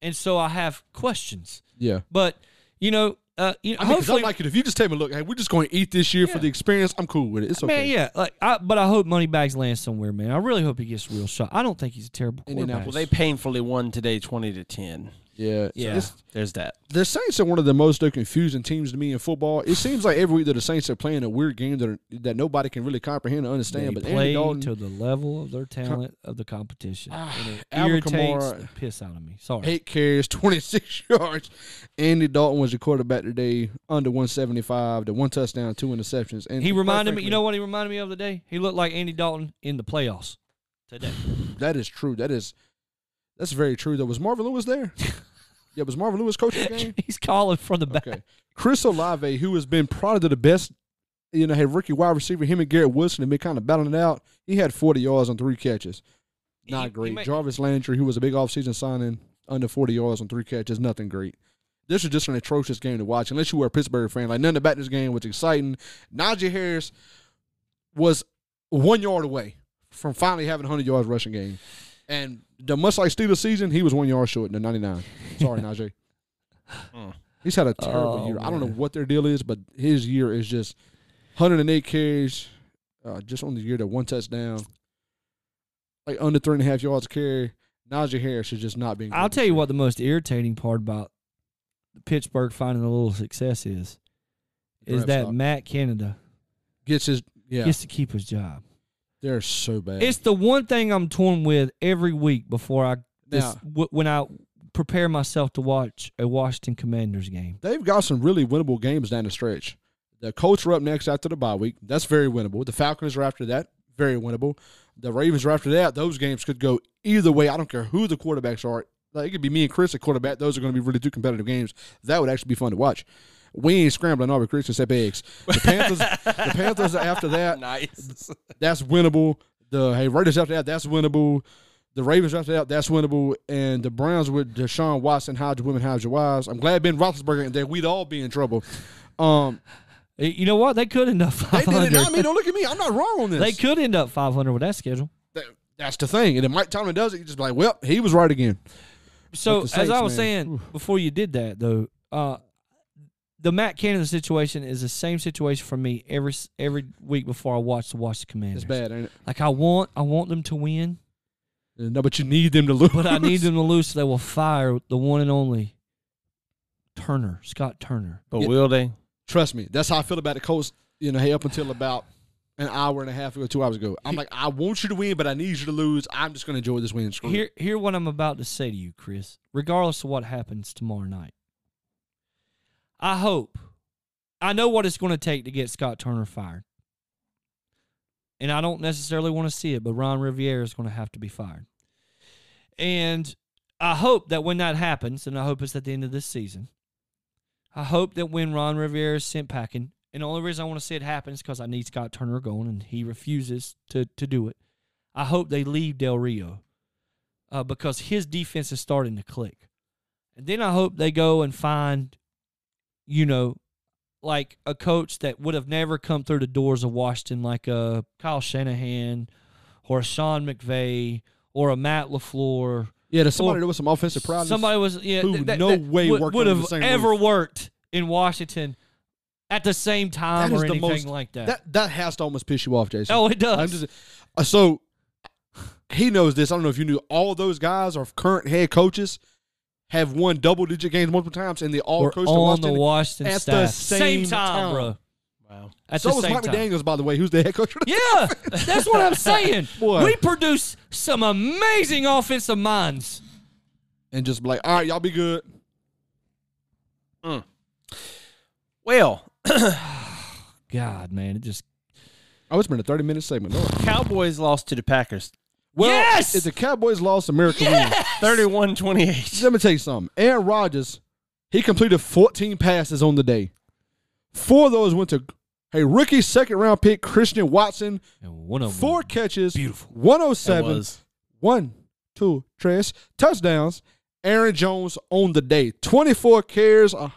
And so I have questions.
Yeah.
But you know, Uh, you know,
I mean, 'cause
hopefully,
I like it. If you just tell me, look, hey, we're just going to eat this year for the experience. I'm cool with it. It's okay.
man, yeah. Like, I, but I hope Moneybags lands somewhere, man. I really hope he gets a real shot. I don't think he's a terrible quarterback.
Well, they painfully won today, twenty to ten.
Yeah. So
yeah,
it's-
There's that.
the Saints are one of the most uh, confusing teams to me in football. It seems like every week that the Saints are playing a weird game that that nobody can really comprehend or understand.
they
but
play
Andy Dalton, Ah,
to the level of their talent of the competition. and it
Alvin
irritates
Kamara-
the piss out of me. Sorry.
eight carries, 26 yards. Andy Dalton was the quarterback today, under 175, the one touchdown, two interceptions. And
He
quite
reminded me.
frankly,
You know what he reminded me of today? He looked like Andy Dalton in the playoffs today.
that is true. That is that's very true. Though was Marvin Lewis there? yeah, was Marvin Lewis coaching the game?
He's calling from the back.
Okay. Chris Olave, who has been probably the best, you know, had rookie wide receiver. Him and Garrett Wilson have been kind of battling it out. He had 40 yards on three catches. Not
He- he
great.
may-
Jarvis Landry, who was a big offseason signing, under 40 yards on three catches. Nothing great. This is just an atrocious game to watch, unless you were a Pittsburgh fan. Like, nothing about this game was exciting. Najee Harris was one yard away from finally having a 100 yards rushing game. And the much like Steelers season, he was one yard short in the 99. Sorry, Najee. He's had a terrible
Oh,
year. I don't know
man.
what their deal is, but his year is just 108 carries, uh, just on the year that one touchdown, like under three and a half yards a carry. Najee Harris is just not being.
I'll
good.
tell you what the most irritating part about Pittsburgh finding a little success is, is
Draft
that
stock.
Matt Canada
gets his yeah.
gets to keep his job.
they're so bad.
It's the one thing I'm torn with every week before I this,
Now-
w- when I prepare myself to watch a Washington Commanders game.
They've got some really winnable games down the stretch. The Colts are up next after the bye week. That's very winnable. The Falcons are after that. Very winnable. The Ravens are after that. Those games could go either way. I don't care who the quarterbacks are. Like it could be me and Chris at quarterback. Those are going to be really two competitive games. That would actually be fun to watch. We ain't scrambling over Christmas at eggs. The Panthers, the Panthers are after that.
Nice.
That's winnable. The hey Raiders after that. That's winnable. The Ravens after that. That's winnable. And the Browns with Deshaun Watson, hide your women, hide your wives. I'm glad Ben Roethlisberger and there. We'd all be in trouble. Um,
Eh, You know what? They could end up
they did it.
500.
I mean, don't look at me. I'm not wrong on this.
they could end up 500 with that schedule.
That- that's the thing. And if Mike Tomlin does it, you just be like, well, he was right again.
So
But the
as I
Saints,
was
man,
saying before you did that though, uh, the Matt Canada situation is the same situation for me every s- every week before I watch the Washington Commanders.
It's bad, ain't it?
Like I want I want them to win,
No, but you need them to lose.
but I need them to lose so they will fire the one and only Turner Scott Turner.
But
Yeah.
will they?
Trust me, that's how I feel about the Colts. You know, hey, up until about an hour and a half ago, two hours ago, I'm like, I want you to win, but I need you to lose. I'm just going to enjoy this win. Screw it.
Hear hear what I'm about to say to you, Chris. Regardless of what happens tomorrow night, I hope. I know what it's going to take to get Scott Turner fired, and I don't necessarily want to see it. But Ron Riviera is going to have to be fired, and I hope that when that happens, and I hope it's at the end of this season. I hope that when Ron Riviera is sent packing, and the only reason I want to see it happen is because I need Scott Turner going, and he refuses to to do it. I hope they leave Del Rio uh, because his defense is starting to click. And then I hope they go and find, you know, like a coach that would have never come through the doors of Washington, like a Kyle Shanahan or a Sean McVay or a Matt LaFleur.
Yeah, there's somebody
Or
there with some offensive prowess.
Somebody was, yeah,
who
th- that-
no
that
way
would,
worked
would
under
have
the same
ever
roof.
worked in Washington at the same time
That is
or
the
anything
most-
like that.
that that has to almost piss you off, Jason.
Oh, it does.
I'm just uh, so he knows this. I don't know if you knew all those guys are current head coaches have won double digit games multiple times and they all
We're
coached
on
Washington.
the Washington
at the
staff.
same
time,
time.
bro.
Wow.
At
so
the
was
same
Mike
time.
McDaniels, by the way, who's the head coach. of the-
Yeah, that's what I'm saying.
Boy.
We produce some amazing offensive minds.
And just be like, all right, y'all be good.
Well,
God, man, it just
Oh, it's been a 30 minute segment. Lord.
Cowboys lost to the Packers,
Well,
Yes!
if the Cowboys lost America win.
31-28.
Let me tell you something. Aaron Rodgers, he completed 14 passes on the day. Four of those went to a rookie second round pick, Christian Watson.
and one of them-
Four catches, beautiful. 107,
was.
one, two, tres, touchdowns. Aaron Jones on the day, 24 carries, uh,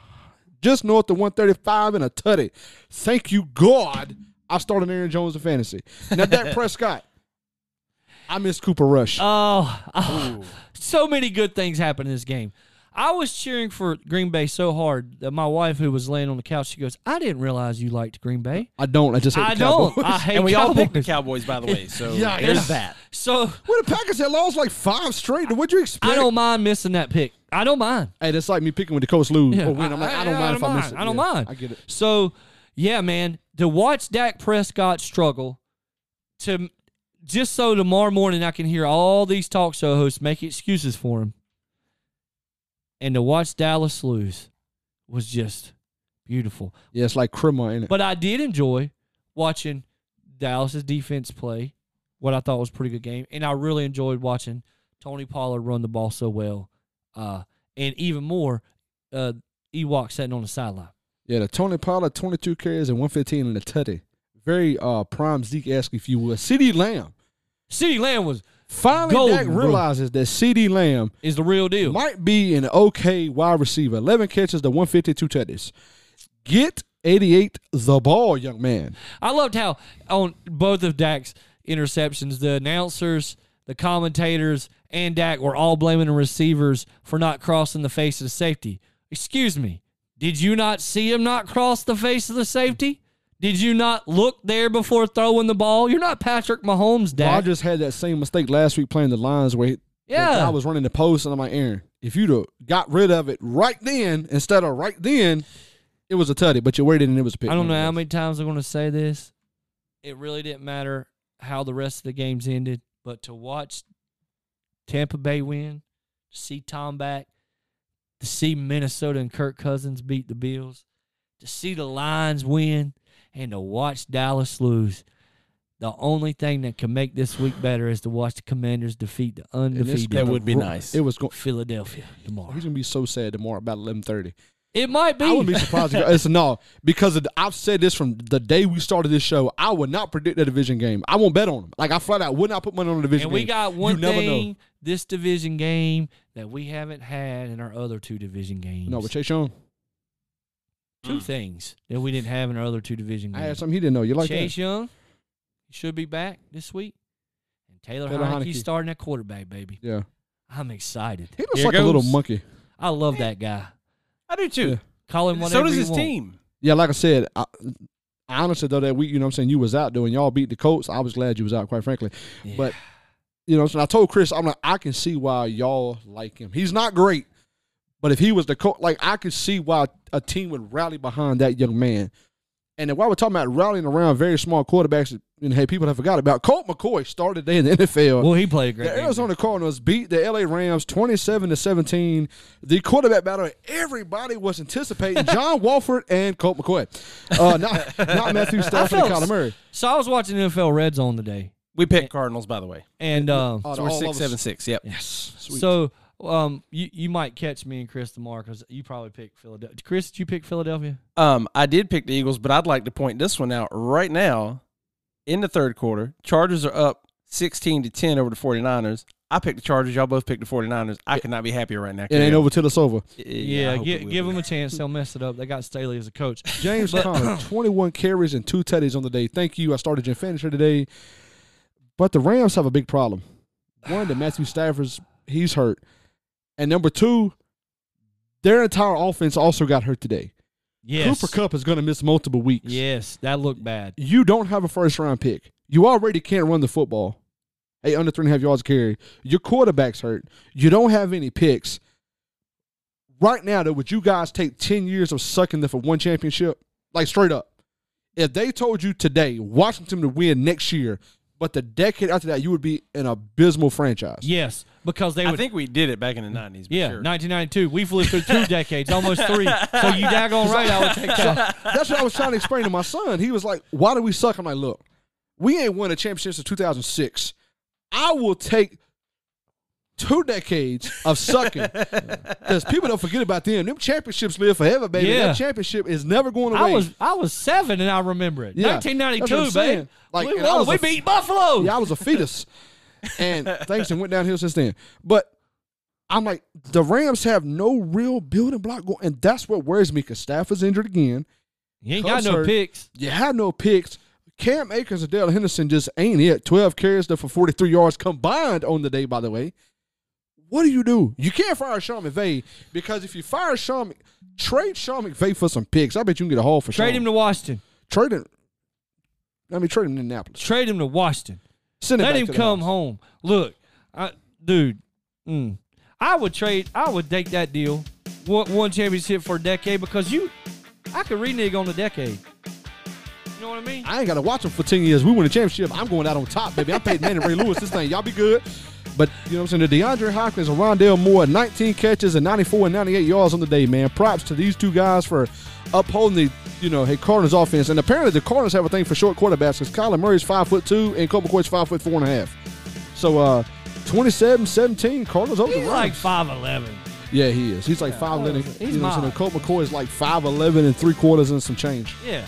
just north of 135 and a tutty. Thank you, God. I started Aaron Jones in fantasy. Now, Dak Prescott, I miss Cooper Rush.
Uh, Oh, oh, so many good things happened in this game. I was cheering for Green Bay so hard that my wife, who was laying on the couch, she goes, "I didn't realize you liked Green Bay."
I don't. I just hate
I
the
don't.
Cowboys.
I hate
and we all picked the Cowboys,
Cowboys.
by the way. So
Yeah,
there's
yeah.
that.
So
Well, the Packers had lost like five straight. What'd you expect?
I don't mind missing that pick. I don't mind.
Hey, that's like me picking when the Colts lose
Yeah,
or win. I'm like, I, don't mind if I miss it.
I don't
Yeah,
mind.
I get it.
So, yeah, man, to watch Dak Prescott struggle, to just so tomorrow morning I can hear all these talk show hosts make excuses for him, and to watch Dallas lose was just beautiful.
Yeah, it's like Crimmer, ain't it?
But I did enjoy watching Dallas's defense play, what I thought was a pretty good game, and I really enjoyed watching Tony Pollard run the ball so well, uh, and even more, uh, Ewok sitting on the sideline.
yeah, the Tony Pollard, 22 carries and 115 in the tutty. Very uh, prime Zeke-esque, if you will. C.D. Lamb.
CeeDee Lamb was
Finally,
Golden,
Dak
bro.
realizes that C.D. Lamb
is the real deal.
might be an okay wide receiver. 11 catches to 152 tutties. Get 88 the ball, young man.
I loved how on both of Dak's interceptions, the announcers, the commentators, and Dak were all blaming the receivers for not crossing the face of the safety. Excuse me, did you not see him not cross the face of the safety? Did you not look there before throwing the ball? You're not Patrick Mahomes, Dak.
Rodgers had that same mistake last week playing the Lions where
Yeah.
I was running the post and I'm like, Aaron, if you'd have got rid of it right then instead of right then, it was a tutty, but you waited and it was a pick.
I don't know how many times I'm going to say this. It really didn't matter how the rest of the games ended, but to watch Tampa Bay win, to see Tom back, to see Minnesota and Kirk Cousins beat the Bills, to see the Lions win, and to watch Dallas lose. The only thing that can make this week better is to watch the Commanders defeat the
That
undefeated
would be nice.
It was going.
Philadelphia tomorrow.
He's gonna be so sad tomorrow about eleven thirty.
It might be.
I would be surprised. if, it's no because of the- I've said this from the day we started this show. I would not predict the division game. I won't bet on them. Like I flat out would not put money on the division.
And we
game.
got one
You never
thing this division game that we haven't had in our other two division games.
know. No, but Chase Young,
two things that we didn't have in our other two division
I
games.
had something he didn't know. You like
Chase
that?
Young should be back this week, and Taylor,
Taylor
Heineke,
Heineke.
starting at quarterback, baby.
Yeah,
I'm excited.
he looks
Here
like a little
goes.
monkey.
I love that guy.
I do too.
Call him whatever
So does
you
his
want.
team.
Yeah, like I said, I, I honestly though that week, you know, what I'm saying you was out doing y'all beat the Colts. I was glad you was out, quite frankly.
Yeah.
But you know, so I told Chris, I'm like, I can see why y'all like him. He's not great, but if he was the coach, like I could see why a team would rally behind that young man. And then while we're talking about rallying around very small quarterbacks, and hey, people have forgot about Colt McCoy started today in the NFL.
well, he played a great.
uh, the
game.
Arizona Cardinals beat the LA Rams 27 to 17. The quarterback battle everybody was anticipating John Walford and Colt McCoy. Uh, not, not Matthew Stafford and
felt-
Kyler Murray.
So I was watching NFL Red Zone today,
We picked Cardinals, by the way.
and um,
Oh,
So we're
all of
six,
us-
seven, six. Yep.
Yes. Sweet.
so um, you you might catch me and Chris tomorrow because you probably picked Philadelphia. Chris, did you pick Philadelphia?
Um, I did pick the Eagles, but I'd like to point this one out right now. In the third quarter, Chargers are up 16 to 10 over the 49ers. I picked the Chargers. Y'all both picked the 49ers. I could not be happier right now.
it ain't over till it's over.
Yeah,
I hope
gi-
it will
give
be.
them a chance. They'll mess it up. They got Staley as a coach.
James Conner, 21 carries and two tutties on the day. Thank you. I started your finisher today. But the Rams have a big problem. One, that Matthew Stafford's he's hurt. And number two, their entire offense also got hurt today.
Yes.
Cooper Cup is going to miss multiple weeks.
Yes, that looked bad.
You don't have a first round pick. You already can't run the football. Hey, under three and a half yards a carry. Your quarterback's hurt. You don't have any picks. Right now, though, would you guys take 10 years of sucking them for one championship? Like, straight up. If they told you today, Washington to win next year, but the decade after that, you would be an abysmal franchise.
Yes, because they
I
would.
think we did it back in the 90s. but
yeah,
sure.
1992. We've lived through two decades, almost three. So you daggone right, I would take that.
That's what I was trying to explain to my son. He was like, "Why do we suck?" I'm like, "Look, we ain't won a championship since 2006. I will take two decades of sucking because people don't forget about them. Them championships live forever, baby.
Yeah.
That championship is never going away."
I was I was seven and I remember it.
Yeah, that's
1992,
what I'm
babe.
saying. Like,
we
and I
won.
was
We
a-
beat Buffalo.
yeah, I was a fetus, and things have went downhill since then. But I'm like, the Rams have no real building block going, and that's what worries me because Stafford's injured again.
you ain't got
Cubs
no
hurt.
picks.
You had no picks. Cam Akers and Dale Henderson just ain't it. 12 carries there for 43 yards combined on the day, by the way. What do you do? You can't fire Sean McVay because if you fire Sean, Mc- trade Sean McVay for some picks. I bet you can get a haul for
Trade
Sean.
him to Washington.
Trade him. I mean, trade him to Indianapolis.
Trade him to Washington.
Send him
Let
back
him
to the
come
house.
home. Look, I, dude, mm, I would trade. I would take that deal. One, one championship for a decade because you, I could renege on the decade. You know what I mean?
I ain't got to watch him for 10 years. We win a championship. I'm going out on top, baby. I'm Peyton Manning, Ray Lewis, this thing. Y'all be good. But, you know what I'm saying? The DeAndre Hopkins and Rondell Moore, 19 catches and 94 and 98 yards on the day, man. Props to these two guys for upholding the, you know, hey, Cardinals offense. And apparently the Cardinals have a thing for short quarterbacks because Kyler Murray's 5'2 and Colt McCoy's 5'4 and a half. So, uh, 27 17, Cardinals over
He's
the
like
Rams.
five eleven.
Yeah, he is. He's like 5'11.
He's
you know what I'm saying?
mild.
Colt McCoy is like 5'11 and three quarters and some change.
Yeah,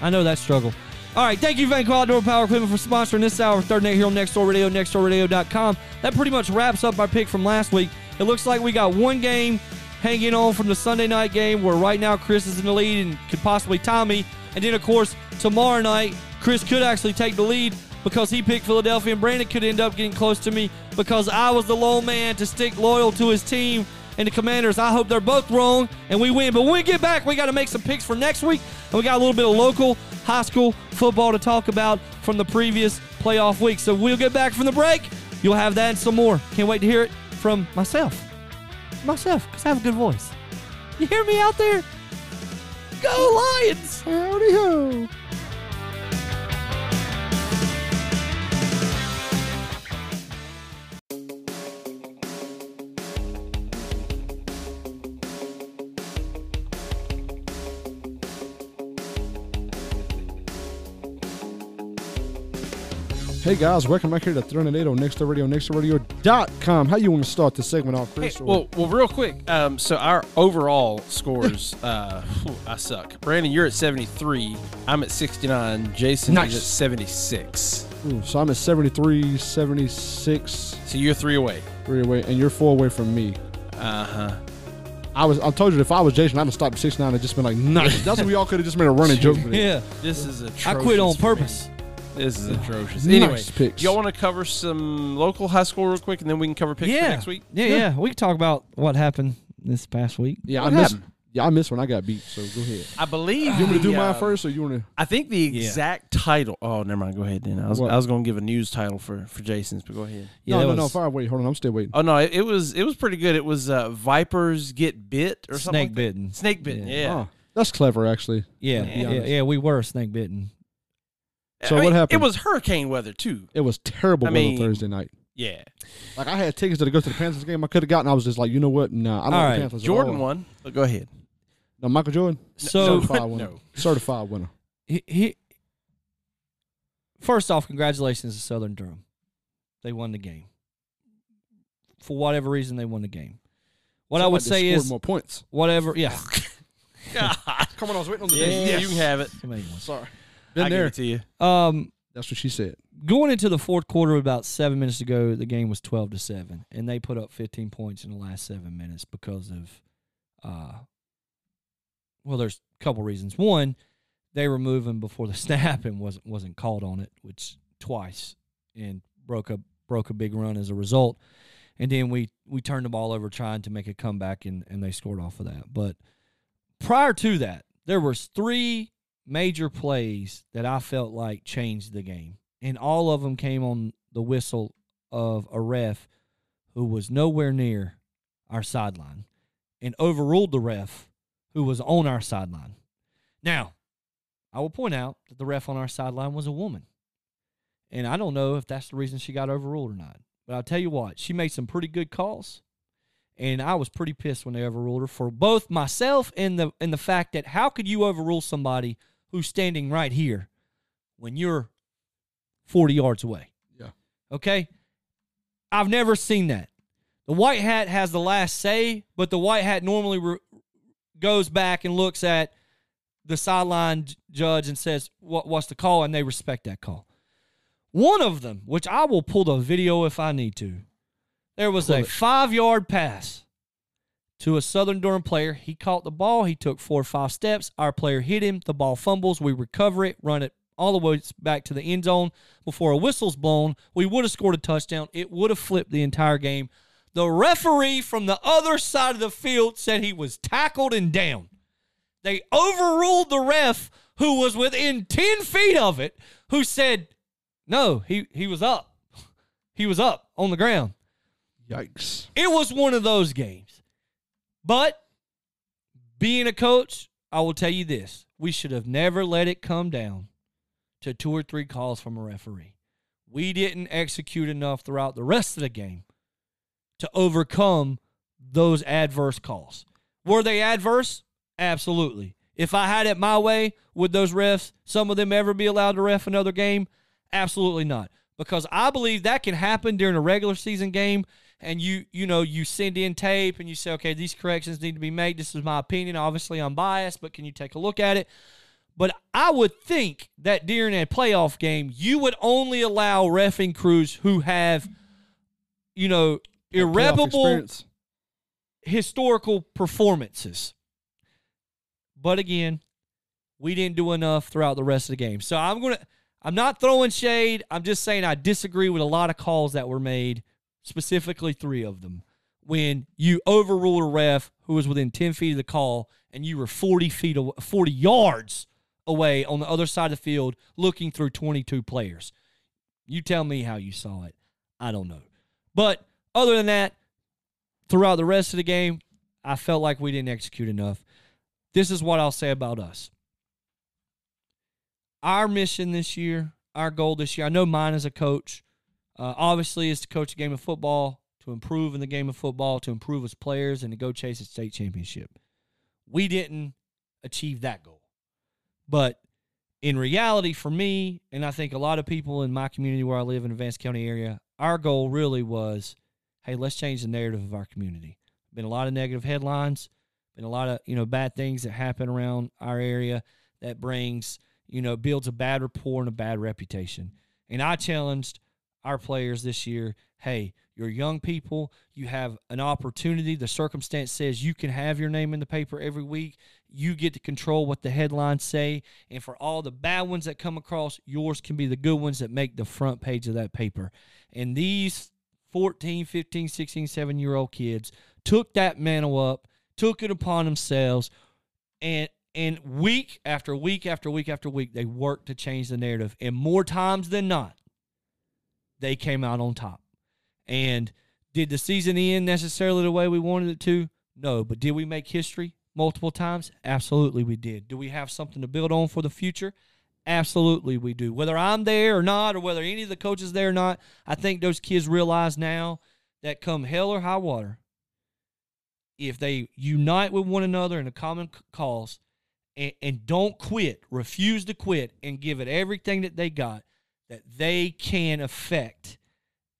I know that struggle. All right, thank you, Vanco Outdoor Power Equipment, for sponsoring this hour of Third Night here on Next Door Radio, nextdoorradio.com. That pretty much wraps up our pick from last week. It looks like we got one game hanging on from the Sunday night game where right now Chris is in the lead and could possibly tie me. And then, of course, tomorrow night, Chris could actually take the lead because he picked Philadelphia and Brandon could end up getting close to me because I was the lone man to stick loyal to his team and the Commanders. I hope they're both wrong and we win. But when we get back, we got to make some picks for next week. And we got a little bit of local high school football to talk about from the previous playoff week. So we'll get back from the break. You'll have that and some more. Can't wait to hear it from myself. Myself, because I have a good voice. You hear me out there? Go Lions!
Howdy ho. Hey guys, welcome back here to Tornado Next to Radio, next to radio.com. How you want to start this segment off, Chris? or-
Well, well, real quick. Um, so our overall scores, uh, phew, I suck. Brandon, you're at 73. I'm at 69. Jason
Nice.
is at 76.
Ooh, so I'm at 73, 76,
So you're three away.
three away, and you're four away from me.
Uh huh.
I was I told you if I was Jason, I'd have stopped at six nine and just been like, nice. That's what we all could have just made a running joke. For
Yeah,
This is atrocious.
I quit on
for me.
purpose.
This is atrocious.
Nice
Anyway,
picks.
do y'all want to cover some local high school real quick, and then we can cover picks
yeah.
for next week?
Yeah, yeah. We can talk about what happened this past week.
Yeah,
What
I missed.
happened?
Yeah, I missed when I got beat. So go ahead.
I believe.
You want me to
the,
do mine
uh,
first, or you want to?
I think the exact title. Oh, never mind. Go ahead. Then I was
What?
I was going to give a news title for for Jason's, but go ahead.
Yeah,
no,
that
no, no.
was
Fire. Wait, hold on. I'm still waiting.
Oh no, it, it was it was pretty good. It was uh, vipers get bit or something.
Snake
like that.
bitten.
Snake bitten. Yeah.
Oh, that's clever, actually.
Yeah,
be
yeah, yeah,
honest.
We were snake bitten.
I
So
mean,
what happened?
It was hurricane weather too.
It was terrible
I
weather
mean-
Thursday night.
Yeah.
Like I had tickets to go to the Panthers game. I could have gotten. I was just like, you know what? Nah, I don't
All
like
right,
the Panthers. at
Jordan
all.
won. But go ahead.
No, Michael Jordan.
So
certified winner.
no.
Certified winner.
he, he- first off, congratulations to Southern Durham. They won the game. For whatever reason, they won the game. What I
Somebody
would
just
say
scored
is
more points.
whatever. Yeah,
God.
Come on, I was waiting on the
Yeah,
day.
you can have it.
Somebody won.
Sorry,
I
been
give
there.
it to you.
Um,
That's what she said.
going into the fourth quarter, about seven minutes ago, the game was twelve to seven, and they put up fifteen points in the last seven minutes because of, uh, well, there's a couple reasons. One, they were moving before the snap and wasn't wasn't called on it, which twice, and broke a broke a big run as a result. And then we we turned the ball over trying to make a comeback, and and they scored off of that. But prior to that, there was three major plays that I felt like changed the game, and all of them came on the whistle of a ref who was nowhere near our sideline, and overruled the ref who was on our sideline. Now, I will point out that the ref on our sideline was a woman, and I don't know if that's the reason she got overruled or not. But I'll tell you what, she made some pretty good calls and I was pretty pissed when they overruled her for both myself and the and the fact that how could you overrule somebody who's standing right here when you're 40 yards away?
Yeah.
Okay? I've never seen that. The white hat has the last say, but the white hat normally re- goes back and looks at the sideline j- judge and says, "What what's the call?" and they respect that call. One of them, which I will pull the video if I need to, there was a five yard pass to a Southern Durham player. He caught the ball. He took four or five steps. Our player hit him. The ball fumbles. We recover it, run it all the way back to the end zone. Before a whistle's blown, we would have scored a touchdown. It would have flipped the entire game. The referee from the other side of the field said he was tackled and down. They overruled the ref who was within 10 feet of it, who said, no, he, he was up. He was up on the ground.
Yikes.
It was one of those games. But being a coach, I will tell you this we should have never let it come down to two or three calls from a referee. We didn't execute enough throughout the rest of the game to overcome those adverse calls. Were they adverse? Absolutely. If I had it my way, would those refs, some of them ever be allowed to ref another game? Absolutely not. Because I believe that can happen during a regular season game and you you know you send in tape and you say okay these corrections need to be made this is my opinion obviously I'm biased but can you take a look at it but I would think that during a playoff game, you would only allow refing crews who have, you know, irreparable
Experience.
historical performances. But again, we didn't do enough throughout the rest of the game. So I'm going to I'm not throwing shade. I'm just saying I disagree with a lot of calls that were made, specifically 3 of them. When you overruled a ref who was within 10 feet of the call and you were 40 feet aw- 40 yards away on the other side of the field looking through 22 players. You tell me how you saw it. I don't know. But other than that, throughout the rest of the game, I felt like we didn't execute enough. This is what I'll say about us. Our mission this year, our goal this year, I know mine as a coach, uh, obviously, is to coach the game of football, to improve in the game of football, to improve as players, and to go chase a state championship. We didn't achieve that goal. But in reality, for me, and I think a lot of people in my community where I live in the Vance County area, our goal really was hey, let's change the narrative of our community. Been a lot of negative headlines, been a lot of, you know, bad things that happen around our area that brings, you know, builds a bad rapport and a bad reputation. And I challenged our players this year, hey, you're young people, you have an opportunity. The circumstance says you can have your name in the paper every week. You get to control what the headlines say. And for all the bad ones that come across, yours can be the good ones that make the front page of that paper. And these 14, 15, 16, 7 year old kids took that mantle up, took it upon themselves, and and week after week after week after week, they worked to change the narrative. And more times than not, they came out on top. And did the season end necessarily the way we wanted it to? No. But did we make history multiple times? Absolutely, we did. Do we have something to build on for the future? Absolutely, we do. Whether I'm there or not, or whether any of the coaches there or not, I think those kids realize now that come hell or high water, if they unite with one another in a common c- cause and, and don't quit, refuse to quit, and give it everything that they got, that they can affect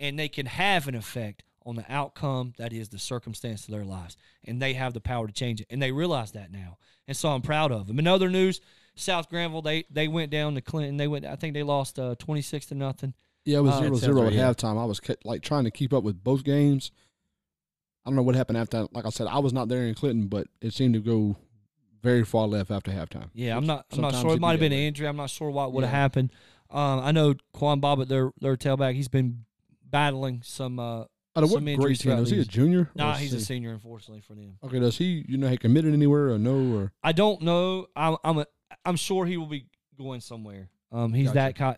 and they can have an effect on the outcome that is the circumstance of their lives. And they have the power to change it. And they realize that now. And so I'm proud of them. In other news, South Granville, they they went down to Clinton. They went I think they lost uh, 26 to nothing.
Yeah, it was
Uh,
zero
it sounds
zero
right,
at
yeah.
halftime. I was kept, like trying to keep up with both games. I don't know what happened after. Like I said, I was not there in Clinton, but it seemed to go very far left after halftime.
Yeah, I'm not. I'm not
sometimes
sure.
it
It
can
might have
get
been an
away.
injury. I'm not sure what would have
Yeah.
happened. Um, I know Quan Bobbitt, their their tailback, he's been battling some. Uh,
Out of what
Some
grade
injuries
team?
throughout
Was he a
these-
junior? or
nah, he's a
senior?
senior, unfortunately for them.
Okay, does he? You know, he committed anywhere or no? Or
I don't know. I'm I'm a, I'm sure he will be going somewhere. Um, he's that ki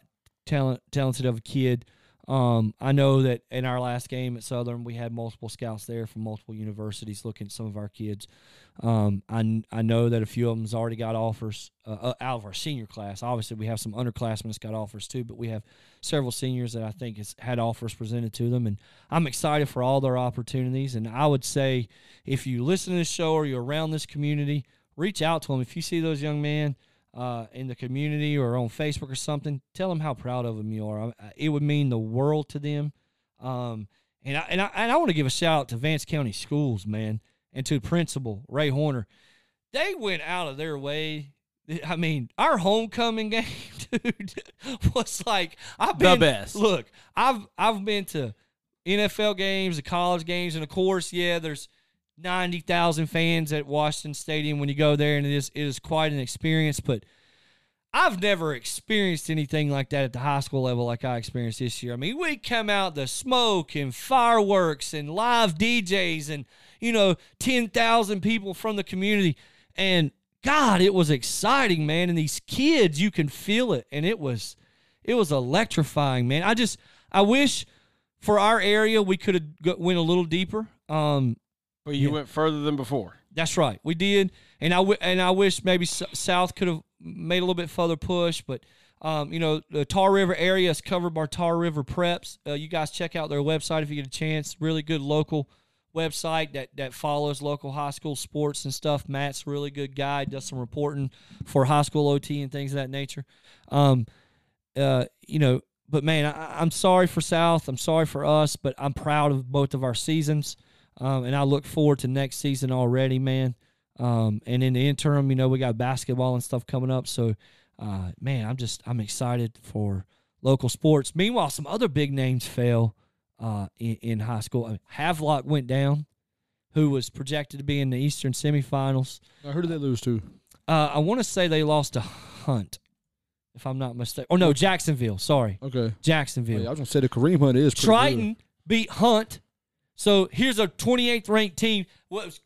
talent talented of a kid. Um, I know that in our last game at Southern, we had multiple scouts there from multiple universities looking at some of our kids. Um, I kn- I know that a few of them's already got offers uh, uh, out of our senior class. Obviously, we have some underclassmen that's got offers too, but we have several seniors that I think has had offers presented to them, and I'm excited for all their opportunities. And I would say, if you listen to this show or you're around this community, reach out to them. If you see those young men uh, in the community or on Facebook or something, tell them how proud of them you are. I- I- It would mean the world to them. Um, and I, and I, and I want to give a shout out to Vance County Schools, man, and to Principal Ray Horner. They went out of their way. I mean, our homecoming game, dude, was like I've
The
been
best.
Look, I've I've been to NFL games, the college games, and of course, yeah, there's ninety thousand fans at Washington Stadium when you go there, and it is it is quite an experience. But I've never experienced anything like that at the high school level like I experienced this year. I mean, we come out the smoke and fireworks and live DJs and, you know, 10,000 people from the community. And God, it was exciting, man. And these kids, you can feel it. And it was, it was electrifying, man. I just, I wish for our area we could have went a little deeper. Um,
But you
Yeah.
went further than before.
that's right, we did, and I w- and I wish maybe S- South could have made a little bit further push, but um, you know the Tar River area is covered by Tar River Preps. Uh, you guys check out their website if you get a chance. Really good local website that that follows local high school sports and stuff. Matt's a really good guy, does some reporting for high school OT and things of that nature. Um, uh, you know, but man, I, I'm sorry for South. I'm sorry for us, but I'm proud of both of our seasons. Um, and I look forward to next season already, man. Um, and in the interim, you know, we got basketball and stuff coming up. So, uh, man, I'm just, I'm excited for local sports. Meanwhile, some other big names fell uh, in, in high school. I mean, Havelock went down, who was projected to be in the Eastern semifinals.
Now, who did they lose to?
Uh, I want to say they lost to Hunt, if I'm not mistaken. Or no, Jacksonville. Sorry.
Okay.
Jacksonville.
Hey, Oh, I was gonna say the Kareem Hunt is pretty
Triton beat Hunt. So here's a 28th ranked team. Was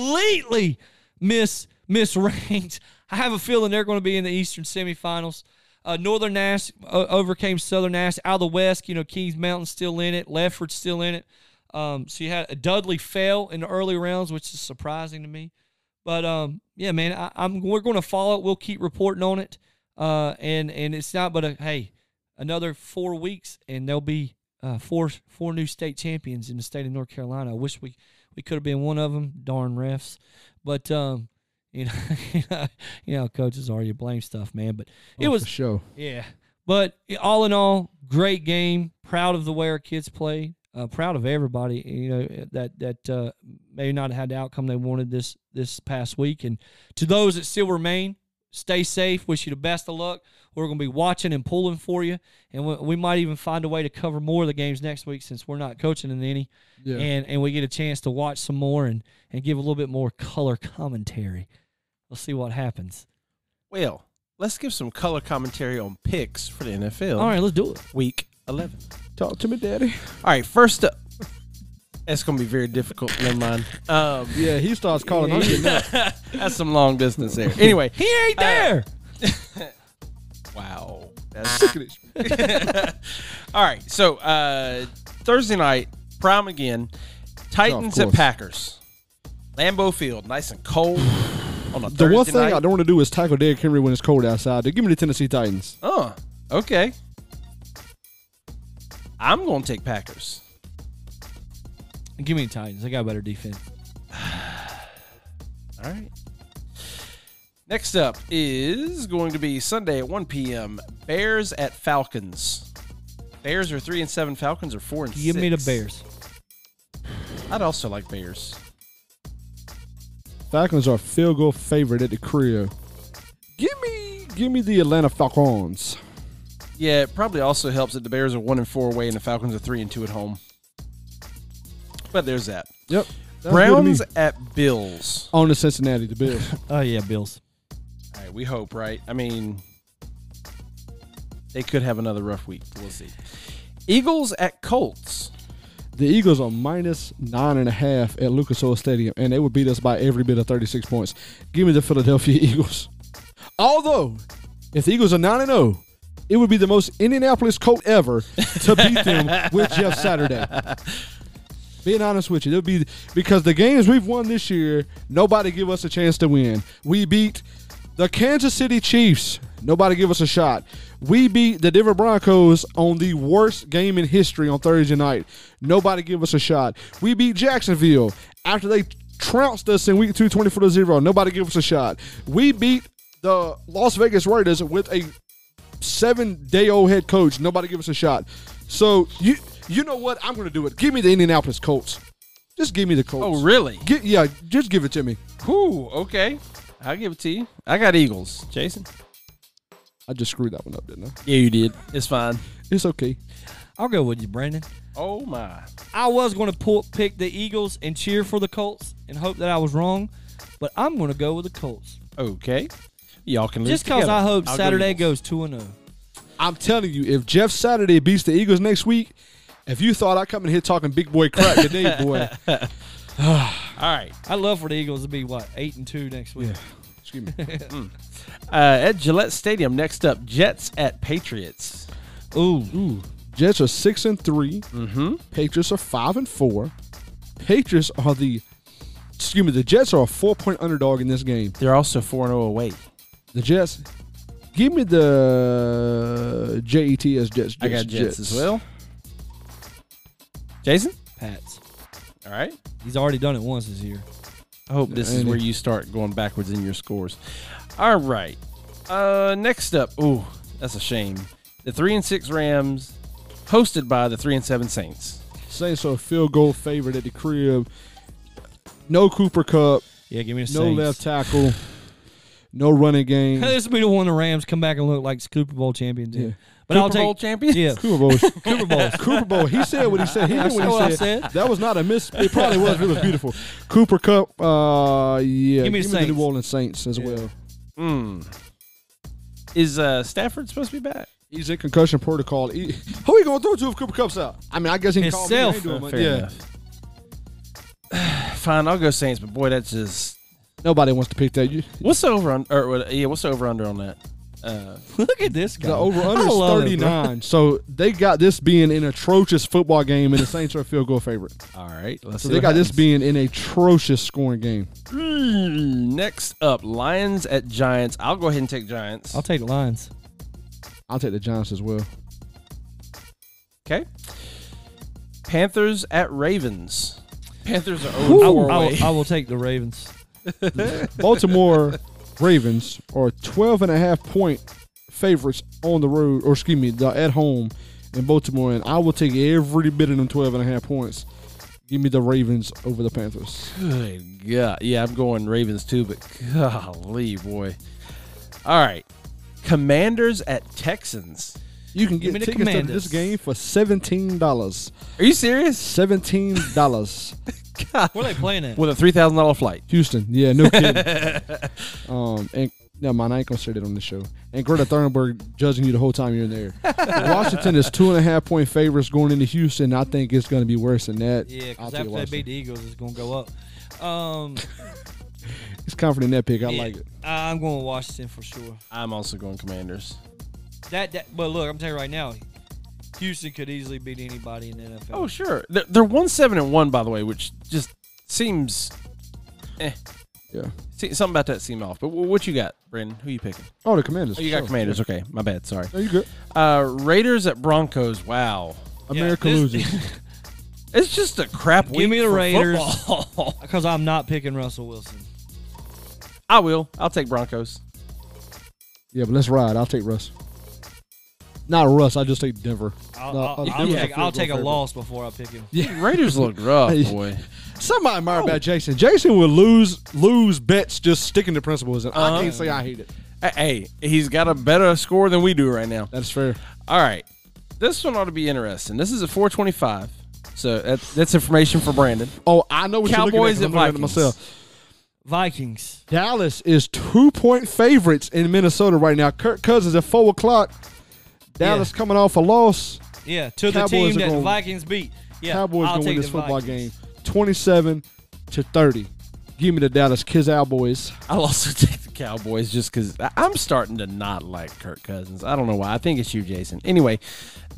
completely mis misranked. I have a feeling they're going to be in the Eastern semifinals. Uh, Northern Nash uh, overcame Southern Nash out of the West. You know Kings Mountain still in it. Lefford's still in it. Um, so you had Dudley fell in the early rounds, which is surprising to me. But um, yeah, man, I, I'm we're going to follow it. We'll keep reporting on it. Uh, and and it's not but a hey, another four weeks, and there'll be uh, four four new state champions in the state of North Carolina. I wish we we could have been one of them. Darn refs, but um, you know, you know, how coaches are. You blame stuff, man. But it
Good. Oh,
was
for sure.
yeah. But all in all, great game. Proud of the way our kids played. Uh, proud of everybody. You know that that uh, may not have had the outcome they wanted this this past week. And to those that still remain, stay safe. Wish you the best of luck. We're going to be watching and pulling for you, and we, we might even find a way to cover more of the games next week since we're not coaching in any,
Yeah.
and and we get a chance to watch some more and and give a little bit more color commentary. We'll see what happens.
Well, let's give some color commentary on picks for the NFL.
All right, let's do it.
Week 11.
Talk to me, Daddy.
All right, first up. That's going to be very difficult. Never mind. Um,
Yeah, he starts calling.
Yeah,
I'm
he-
getting up.
that's some long distance there. Anyway.
He ain't there.
Wow. That's All right. So uh, Thursday night, prime again. Titans at
course.
Packers. Lambeau Field, nice and cold on a
The
Thursday
one thing
night.
I don't want to do is tackle Derrick Henry when it's cold outside. Dude, give me the Tennessee Titans.
oh, okay. I'm going to take Packers.
Give me the Titans. They got better defense.
All right. Next up is going to be Sunday at 1 p.m. Bears at Falcons. Bears are three and seven. Falcons are four and
Give
six.
me the Bears.
I'd also like Bears.
Falcons are field goal favorite at the crib. Give me, give me the Atlanta Falcons.
Yeah, it probably also helps that the Bears are one and four away, and the Falcons are three and two at home. But there's that.
Yep. Sounds good to me.
Browns at Bills.
on the Cincinnati, the Bills.
Oh yeah, Bills.
All right, we hope, right? I mean, they could have another rough week. We'll see. Eagles at Colts.
the Eagles are minus nine and a half at Lucas Oil Stadium, and they would beat us by every bit of 36 points. Give me the Philadelphia Eagles. Although, if the Eagles are 9 and 0, it would be the most Indianapolis Colt ever to beat them with Jeff Saturday. Being honest with you, it'll be because the games we've won this year, nobody give us a chance to win. We beat the Kansas City Chiefs. Nobody give us a shot. We beat the Denver Broncos on the worst game in history on Thursday night. Nobody give us a shot. We beat Jacksonville after they trounced us in week two, 24 to 0. Nobody give us a shot. We beat the Las Vegas Raiders with a seven day old head coach. Nobody give us a shot. So you you know what? I'm gonna do it. Give me the Indianapolis Colts. Just give me the Colts.
Oh, really?
Get, yeah, just give it to me.
Whew, okay. I'll give it to you. I got Eagles. Jason?
I just screwed that one up, didn't I?
Yeah, you did. It's fine.
It's okay.
I'll go with you, Brandon.
Oh, my.
I was going to pull, pick the Eagles and cheer for the Colts and hope that I was wrong, but I'm going to go with the Colts.
Okay. Y'all can lose
Just because
together.
I hope
I'll go
Saturday
Eagles.
goes oh. 2 0.
I'm telling you, if Jeff Saturday beats the Eagles next week, if you thought I come in here talking big boy crap today, boy,
All right.
I'd love for the Eagles to be, what, 8 and 2 next week?
excuse me.
Uh, at Gillette Stadium, next up, Jets at Patriots.
Ooh.
Ooh, Jets are six and 3 Patriots are five and four. Patriots are the excuse me. The Jets are a four point underdog in this game.
They're also 4 0 away.
The Jets. Give me the J E T S Jets.
I got Jets, as well. Jason?
Pats.
All right.
He's already done it once this year.
I hope this is
Andy.
where you start going backwards in your scores. All right. Uh, next up, ooh, that's a shame. The three and six Rams, hosted by the three and seven Saints.
Saints are a field goal favorite at the crib. No Cooper Cup.
Yeah, give me the
No
Saints.
left tackle. No running game.
This will be the one the Rams come back and look like Super Bowl champion team.
Yeah.
But I'll
Super
take
Bowl champions?
Yeah,
Cooper Bowl.
Super Bowl.
Cooper Bowl. He said what he said. He did
That's
what
what I
he said.
said.
That was not a miss. It probably was. It was beautiful. Cooper Cup. Uh, yeah.
Give me the Saints.
New Orleans Saints as well.
Hmm. Is uh, Stafford supposed to be back?
He's in concussion protocol. He, who are you going to throw to if Cooper Cup's out? I mean, I guess he can call me. I ain't
Himself.
doing much.
Uh, Fair
yeah.
enough. Fine, I'll go Saints, but boy, that's just
Nobody wants to pick that. You,
what's the over on or what- yeah, what's the over under on that? Uh,
look at this guy.
The over under
I
is
love it,
39. so they got this being an atrocious football game, and the Saints are a field goal favorite.
all right, let's
So
see
they
what
got this
happens.
being an atrocious scoring game.
Mm, Next up, Lions at Giants. I'll go ahead and take Giants.
I'll take the Lions.
I'll take the Giants as well.
Okay. Panthers at Ravens. Panthers are
I,
over
will-
four
I will-
away.
I will take the Ravens.
Baltimore Ravens are 12 and a half point favorites on the road, or excuse me, the, at home in Baltimore, and I will take every bit of them 12 and a half points. Give me the Ravens over the Panthers.
Good God. Yeah, I'm going Ravens too, but golly, boy. All right. Commanders at Texans.
You can
Give
get
me the
tickets to this
Commanders.
game for seventeen dollars.
Are you serious?
Seventeen dollars.
God.
Where are they playing at?
With a $3,000 flight.
Houston. Yeah, no kidding. um, and no, man, I ain't gonna say that on the show. And Greta Thunberg judging you the whole time you're in there. Washington is two and a half point favorites going into Houston. I think it's gonna be worse than that.
Yeah,
I'll
because
take
after they
Washington.
beat the Eagles, it's gonna go up. Um,
He's confident in that pick. I
yeah,
like it.
I'm going Washington for sure.
I'm also going Commanders.
That, that but look, I'm telling you right now, Houston could easily beat anybody in the NFL.
Oh, sure. They're, they're 1 7 and 1, by the way, which just seems. Eh.
Yeah.
See, something about that seemed off. But wh- what you got, Brandon? Who you picking?
Oh, the Commanders.
Oh, you
for
got
sure.
Commanders. Okay. My bad. Sorry.
No, you good.
Uh, Raiders at Broncos. Wow.
Yeah,
America
this-
loses.
It's just a crap week.
Give me the
for
Raiders.
football.
because I'm not picking Russell Wilson.
I will. I'll take Broncos.
yeah, but let's ride. I'll take Russ. Not Russ. I just take Denver.
I'll,
No,
I'll,
I'll-
I'll
yeah,
take,
field
I'll
goal
take a
favorite.
loss before I pick him.
Raiders look rough, boy.
Somebody admire about Jason. Jason will lose lose bets just sticking to principles, and
Uh-huh.
I can't say I hate it.
Hey, hey, he's got a better score than we do right now.
That's fair.
All right, this one ought to be interesting. This is a 425, so that's, that's information for Brandon.
Oh, I know what
Cowboys
you're looking at. 'cause I'm
and
looking at it
Vikings.
myself.
Vikings.
Dallas is two point favorites in Minnesota right now. Kirk Cousins at four o'clock. Dallas coming off a loss.
Yeah, to
Cowboys
the team
are
that the
gonna-
Vikings beat. Yeah,
Cowboys
I'll
gonna
take
win
the
this football
Vikings.
game, twenty-seven to thirty. Give me the Dallas Kids Cowboys.
I'll also take the Cowboys just because I'm starting to not like Kirk Cousins. I don't know why. I think it's you, Jason. Anyway,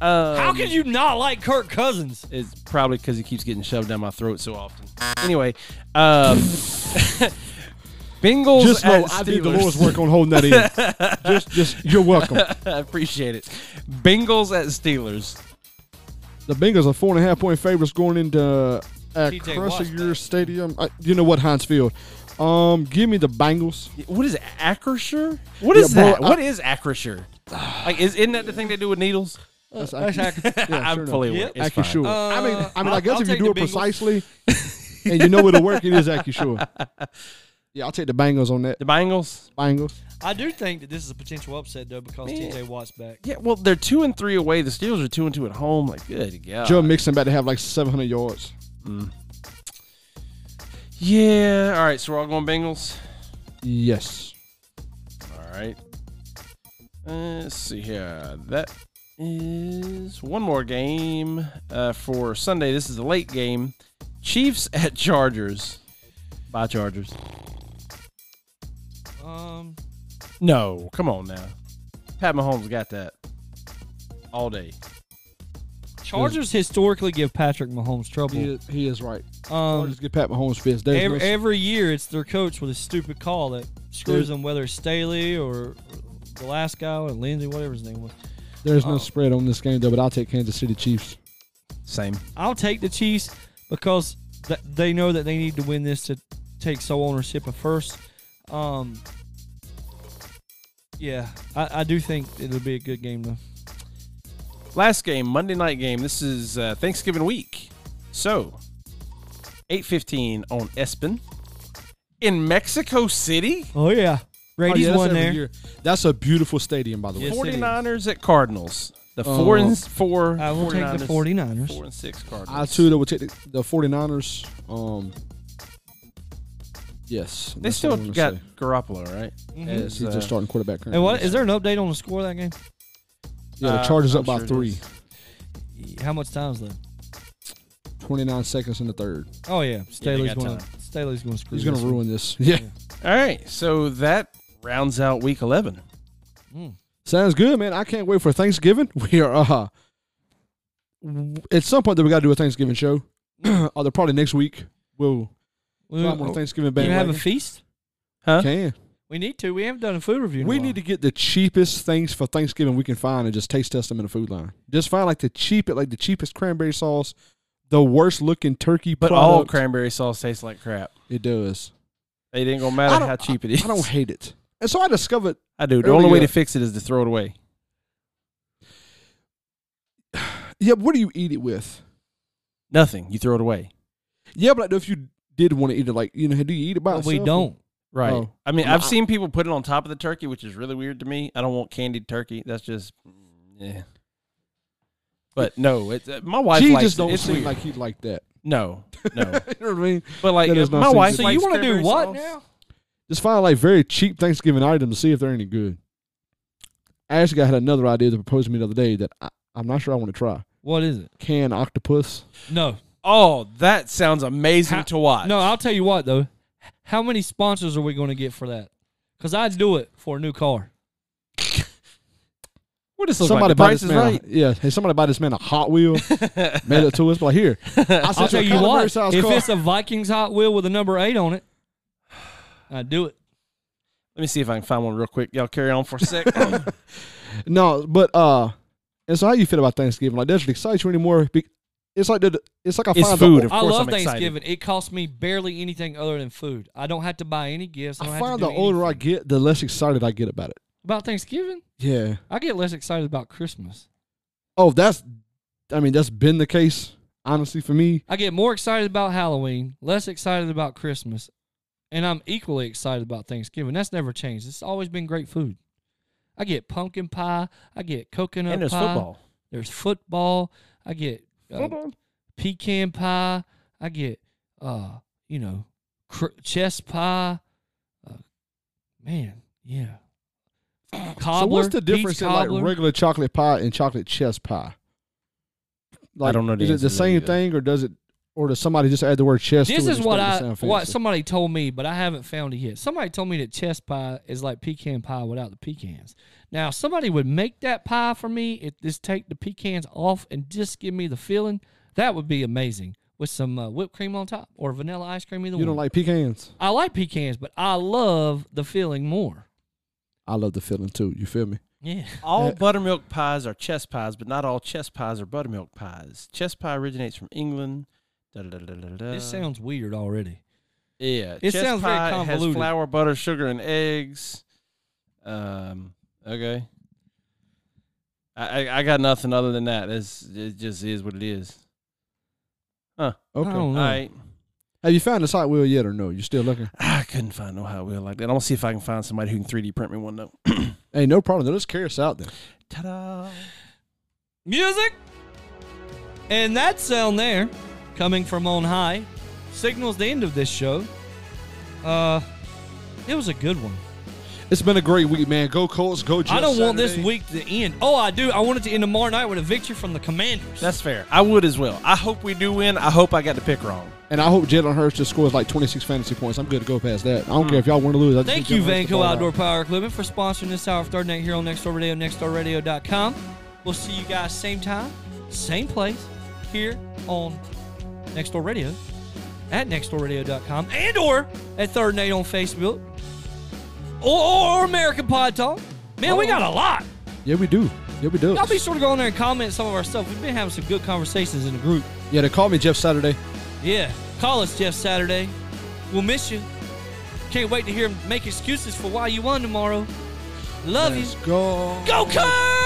um,
How could you not like Kirk Cousins?
It's probably because he keeps getting shoved down my throat so often. Anyway, um, Bengals
Just know
at
I did the
Steelers.
Lord's work on holding that in. just, just you're welcome.
I appreciate it. Bengals at Steelers.
The Bengals are four and a half point favorites going into uh, at
TJ Watt's
Crusader
back.
Stadium. I, you know what, Heinz Field. Um, give me the Bengals.
What is it, Acrisure? What is
Yeah, bro,
that? what is Acrisure? Like, is, isn't that the thing they do with needles?
That's,
I'm
sure enough.
fully aware.
Yep.
It's fine.
Acusure. I mean, I mean,
Uh, I'll-
I guess
I'll
if you
take
do it
the Bengals.
precisely, and you know it'll work, it is Acusure. Yeah, I'll take the Bengals on that.
The Bengals.
Bengals.
I do think that this is a potential upset though because
Man.
TJ Watt's back.
Yeah, well, they're two and three away. The Steelers are two and two at home. Like, good God.
Joe Mixon about to have like 700 yards.
yeah. All right, so we're all going Bengals.
Yes.
All right. Uh, let's see here. That is one more game uh, for Sunday. This is the late game. Chiefs at Chargers. By Chargers.
Um,
No, come on now. Pat Mahomes got that all day.
Chargers historically give Patrick Mahomes trouble.
He is, he is right. I'll
Um,
just get Pat Mahomes fist. There's
every,
no-
every year it's their coach with a stupid call that screws
There's-
them, whether it's Staley or the last guy or Lindsey, whatever his name was.
there's
oh.
no spread on this game though, but I'll take Kansas City Chiefs.
Same.
I'll take the Chiefs because th- they know that they need to win this to take sole ownership of first. Um, yeah, I, I do think it'll be a good game though.
Last game, Monday night game. This is uh, Thanksgiving week. So, 8:15 on ESPN in Mexico City.
Oh yeah,
Oh, yeah,
Brady's
that's
won
every
there.
year. That's a beautiful stadium, by the way.
Yes, it is.
49ers at Cardinals. The 4
Oh.
and 4
I will take the 49ers.
4 and 6 Cardinals.
I too though, would take the, the 49ers. Um, yes,
they still got Garoppolo, right?
Yes,
Mhm.
he's
uh,
Mm-hmm. just starting quarterback.
And what is there an update on the score of that game?
Yeah, the
Uh,
Chargers
I'm
up by
sure it
three.
is.
How much time's left?
29 seconds in the third.
Oh yeah, Staley's
got
going.
time.
to Staley's going to screw.
He's going
this
to
one.
ruin this. Yeah.
All right. So that rounds out week 11.
Sounds good, man. I can't wait for Thanksgiving. We are uh w- at some point that we got to do a Thanksgiving show. Although probably next week we'll
We,
climb on a Thanksgiving
you have a
bandwagon.
feast.
Huh?
Can
We need to. We haven't done a food review. in a
we
while.
need to get the cheapest things for Thanksgiving we can find and just taste test them in the food line. Just find like the cheap, like the cheapest cranberry sauce, the worst looking turkey.
But
product.
all cranberry sauce tastes like crap.
it does.
It ain't going to
I
matter
don't-
how cheap it is.
I don't hate it. And so I discovered
I do. The only
Earlier-
way to fix it is to throw it away.
Yeah, but what do you eat it with?
Nothing. You throw it away.
Yeah, but I know if you did want to eat it, like you know, do you eat it by
But
itself?
we don't.
Right.
Oh.
I mean,
I mean,
I've
I-
seen people put it on top of the turkey, which is really weird to me. I don't want candied turkey. That's just, mm, yeah. But no, it, uh, my wife
She
likes
just
it.
don't
It's
seem
weird.
like he'd like that.
no, no.
you know what I mean?
But like
That
uh,
is not
my
seem
wife.
good.
So
likes
you want to do
cranberry
what
sauce.
now?
Just find like very cheap Thanksgiving items to see if they're any good. Ashley had another idea that proposed to me the other day that I, I'm not sure I want to try.
What is it?
Canned octopus.
No,
Oh, that sounds amazing to watch.
no. I'll tell you what though. How many sponsors are we going to get for that? Because I'd do it for a new car.
what does this look
somebody
like? The
buy
price
this
is
man.
right.
A, yeah, hey, somebody buy this man a Hot Wheel. made it to us, but like here, I
I'll
sent
tell
a
you
calamari
what.
size
If
car.
it's a Vikings Hot Wheel with a number eight on it, I'd do it.
Let me see if I can find one real quick. Y'all carry on for a sec.
No, but uh, and so how you feel about Thanksgiving? Like, does it excite you anymore? Be- It's like the, it's like I
It's
find
food,
the,
Of
I
course
love
I'm excited.
Thanksgiving. It costs me barely anything other than food. I don't have to buy any gifts. I, don't
I
have to
find
do
the older I
anything.
get, the less excited I get about it.
about Thanksgiving,
Yeah.
I get less excited about Christmas.
Oh, that's, I mean, that's been the case honestly for me.
I get more excited about Halloween, less excited about Christmas, and I'm equally excited about Thanksgiving. That's never changed. It's always been great food. I get pumpkin pie. I get coconut
and there's
pie.
football.
There's football. I get uh, pecan pie. I get, uh, you know, cr- chess pie. Uh, man, yeah. Cobbler.
so what's the
peach
difference in like
cobbler.
regular chocolate pie and chocolate chess pie? Like,
don't know the
Is it
answer
the
to that
same
either.
thing, or does it, or does somebody just add the word chess?
This
to it
is
just
what
make it
I
sound
what
fancy?
somebody told me, but I haven't found it yet. Somebody told me that chess pie is like pecan pie without the pecans. Now, if somebody would make that pie for me. If just take the pecans off and just give me the filling, that would be amazing with some uh, whipped cream on top or vanilla ice cream. Either
You
one.
don't like pecans?
I like pecans, but I love the filling more.
I love the feeling too. You feel me?
Yeah.
All
Uh,
buttermilk pies are chess pies, but not all chess pies are buttermilk pies. Chess pie originates from England. Da, da, da, da, da, da.
This sounds weird already.
Yeah,
It
chess
sounds very
pie Has
convoluted.
flour, butter, sugar, and eggs. Um. Okay. I I, I got nothing other than that. It's, it just is what it is.
Okay.
I don't
All
know.
right.
Have you found the side wheel yet, or no? You still looking?
I couldn't find no Hot Wheel like that. I'm gonna see if I can find somebody who can 3D print me one though.
Hey, no problem. Let's carry us out then.
Ta-da!
Music! And that sound there, coming from on high, signals the end of this show. Uh, it was a good one.
It's been a great week, man. Go Colts, go Jets.
I don't want this
Saturday.
week to end. Oh, I do. I want it to end tomorrow night with a victory from the Commanders.
That's fair. I would as well. I hope we do win. I hope I got the pick wrong.
And I hope Jalen Hurts just scores like 26 fantasy points. I'm good to go past that. I don't care if y'all win or lose. I just
Mm. Thank
think
you,
Jalen Hurts the
Vanco
ball
Outdoor
out.
Power Equipment, for sponsoring this hour of Third Night here on Next Door Radio, nextdoorradio.com. We'll see you guys same time, same place, here on Next Door Radio, at nextdoorradio.com, and or at Third Night on Facebook, or, or American Pod Talk. Man, we got a lot.
Yeah, we do. Yeah, we do.
Y'all be sure to go on there and comment some of our stuff. We've been having some good conversations in the group.
Yeah, they call me Jeff Saturday.
Yeah, call us Jeff Saturday. We'll miss you. Can't wait to hear him make excuses for why you won tomorrow. Love you.
Let's go.
Go Cubs!